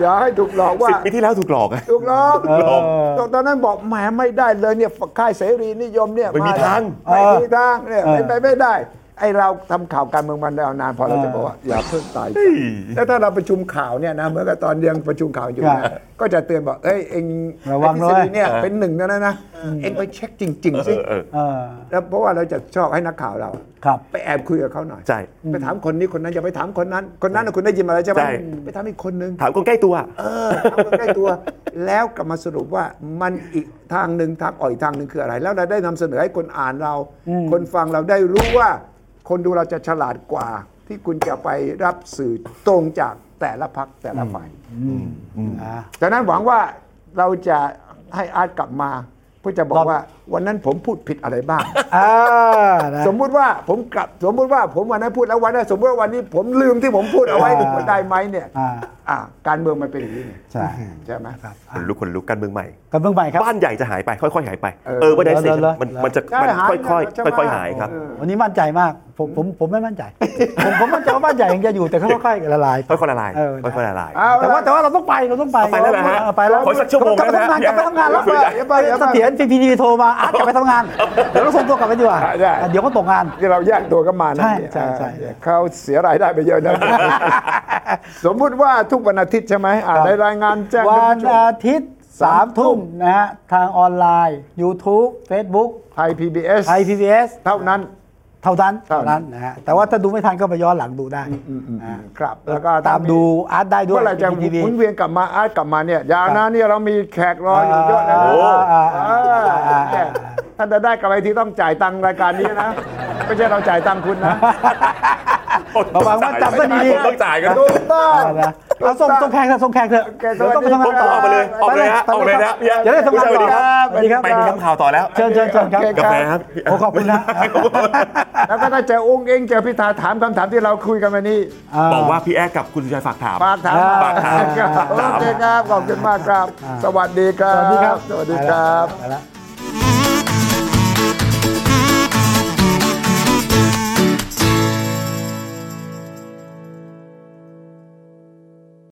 Speaker 1: อย่าให้ถูกหลอกว่า
Speaker 3: สิบปีที่แล้วถูกหลอกอะ
Speaker 1: ถูกหลอก
Speaker 3: ถูกหลอก
Speaker 1: ตอนตอนนั้นบอกแหมไม่ได้เลยเนี่ยค่ายเสรีนิยมเนี่ย
Speaker 3: ไม่มี
Speaker 1: แล้ว
Speaker 3: ทาง
Speaker 1: ไม่มีทางเนี่ยเป็นไปไม่ได้ไอเราทำข่าวการเมืองมันยาวนานพอเราจะบอกว่าอย่าเพิ่งตายใจ แล้วถ้าเราประชุมข่าวเนี่ยนะเหมือนกับตอนยังประชุมข่าวอยู่
Speaker 2: ครั
Speaker 1: นะ
Speaker 2: บ
Speaker 1: ก็จะเตือนบอกเอ้ยเอง
Speaker 2: ระวังด้วย
Speaker 1: ไอ้ทฤษฎีเนี่ยเป็นหนึ่งแล้วนะนะเองไปเช็คจริง ๆ สิ
Speaker 3: เออ
Speaker 2: เออ
Speaker 1: แล้วเพราะว่าเราจะชอบให้นักข่าวเรา
Speaker 2: ครับ
Speaker 1: ไปแอบคุยกับเขาหน่อย
Speaker 3: ใช่
Speaker 1: ไปถามคนนี้คนนั้นอย่าไปถามคนนั้น คนนั้นน่ะคุณได้ยินมาแล้วใช่ไหม
Speaker 3: ใช่
Speaker 1: ไปถามอีกคนนึง
Speaker 3: ถามคนใกล้ตัว
Speaker 1: เออถามคนใกล้ตัว แล้วกลับมาสรุปว่ามันอีกทางหนึ่งทางอ่อยทางหนึ่งคืออะไร แล้วเราได้นำเสนอให้คนอ่านเรา คนฟังเราได้รู้ว่า คนดูเราจะฉลาดกว่า ที่คุณจะไปรับสื่อตรงจากแต่ละพักแต่ละฝ่าย
Speaker 2: อ่า
Speaker 1: จากนั้นหวังว่าเราจะให้อาร์ตกลับมาเพื่อจะบอ
Speaker 2: ร
Speaker 1: ก
Speaker 2: อบ
Speaker 1: ว่าวันนั้นผมพูดผิดอะไรบ้าง
Speaker 2: อ่านะ
Speaker 1: สมมุติว่าผมกลับสมมุติว่าผมวันนั้นพูดแล้ววันนั้นสมมติว่าวันนี้ผมลืมที่ผมพูดเอาไว้ได้ไหมเนี่ย
Speaker 2: อ่า
Speaker 1: อ่าการเมืองมันเป็นอย่างนี้ไง
Speaker 2: ใช่
Speaker 1: ใช่ไหม
Speaker 3: คนลุกคนลุกการเมืองใหม่
Speaker 2: กันเบื้องใหม่ครับ
Speaker 3: บ้านใหญ่จะหายไป ค่อยๆ หายไป
Speaker 1: เออ
Speaker 3: เออวันไหนเสร็จ
Speaker 2: แล้วแล้ว
Speaker 3: มัน
Speaker 2: แล้ว
Speaker 3: มันจะ
Speaker 1: ใช่
Speaker 3: มัน
Speaker 1: หาย
Speaker 3: ค่
Speaker 1: ใช่ไห
Speaker 3: อ
Speaker 1: ม
Speaker 3: ยๆ ค่อยๆ หายครับ
Speaker 1: เออ
Speaker 2: วันนี้มั่นใจมาก ผมผมผมไม่มั่นใจ ผมผมมั่นใจว่าบ้านใหญ่ยังจะอยู่แต่ค่อยๆละลาย
Speaker 3: ค่อยๆ ละลาย
Speaker 2: เออ
Speaker 3: ค่อยๆ ละลาย
Speaker 1: เอา
Speaker 2: แต่ว่าแต่ว่าเราต้องไปเราต้องไป
Speaker 3: เอาไปแล้วเหรอฮะ
Speaker 2: เออไปแล้ว
Speaker 3: ขอสักชั่วโมง
Speaker 2: กลับไป
Speaker 3: ได้ไหม
Speaker 2: ทำงานกลับไปทำงานแล้ว
Speaker 3: เดี๋ยว
Speaker 1: เดี๋ยวไปเดี๋ยวไป
Speaker 2: เสถียรพีพีทีโทรมาอาร์ตกลับไปทำงานเดี๋ยวเราส่งตัวกลับไปดีกว่า
Speaker 1: ได้
Speaker 2: เดี๋ยวก็ตกงาน
Speaker 1: ที่เราแยกตัวกันมานะ
Speaker 2: ใช่ใช่ใช่
Speaker 1: อ่าเขาเสียรายได้ไปเยอะนะ
Speaker 2: [LAUGHS]
Speaker 1: สมมุติว่าทุกวันอาทิตย์ใช่ไหมอ่าในรายงานแจ้ง
Speaker 2: วัน
Speaker 1: ท่า
Speaker 2: อาน
Speaker 1: ผู้ชม
Speaker 2: ทิตย์
Speaker 1: สาม
Speaker 2: 3ทุ่มนะฮะ ทางออนไลน์ YouTube Facebook
Speaker 1: ไทย PBS
Speaker 2: ไทย PBS
Speaker 1: เท่านั้น
Speaker 2: เท่านั้น
Speaker 1: เท่า
Speaker 2: เท่า
Speaker 1: นั้
Speaker 2: นั้น นนะฮะแต่ว่าถ้าดูไม่ทันก็ไปย้อนหลังดูได้อ่า
Speaker 1: ครับ แล้วก็
Speaker 2: ตามดูอาร์ตได้ด้วย
Speaker 1: เมื่อไหรจะห
Speaker 2: ทีวี
Speaker 1: มุนเวียนกลับมาอาร์ตกลับมาเนี่ยยาวนะเนี่ยเรามีแขกรออยู่เยอะนะ
Speaker 2: อ่า
Speaker 1: โอ้
Speaker 2: อ่าอ่าอ่า
Speaker 1: แม่ท่านจะได้กลับไปที่ต้องจ่ายตังค์รายการนี้นะ ไม่ใช่เราจ่ายตังค์คุณนะ
Speaker 2: ระวังว่าจับซะดี
Speaker 3: ผมต้องจ่ายกัน
Speaker 1: ถูกต้อง
Speaker 2: อ่านะ เอาส่งส่งแขกเถอะส่งแขกเถอะ
Speaker 1: โอเคส
Speaker 2: เดี๋ยว
Speaker 1: วัสดีครั
Speaker 2: ต้องไปทำงานต่อบ
Speaker 3: ออกมาเลยออกมาเลยฮะออกมาเลยนะพี่
Speaker 2: จะได้ทำงานต่อ
Speaker 1: ครับ
Speaker 2: สวัสดีครับ
Speaker 3: ไปที่ข่าวต่อแล้ว
Speaker 2: เชิญเชิญเชิญครั
Speaker 1: โอ
Speaker 2: บ
Speaker 1: เค
Speaker 3: กาแฟครับ
Speaker 2: โอ้ขอบคุณนะ
Speaker 1: แล้วก็ถ้าเจอองค์เองเจอพิธาถามคำถามที่เราคุยกันวันนี้
Speaker 3: บอกว่าพี่แอ๊กกับคุณสุชัยฝากถาม
Speaker 1: ฝากถาม
Speaker 3: ฝากถาม
Speaker 1: ครับ
Speaker 3: ฝากถาม
Speaker 1: โอเคครับขอบคุณมากครับ สวัสดีครับ
Speaker 2: สวัสดีครับ
Speaker 1: สวัสดีครับ
Speaker 2: ไปแล้ว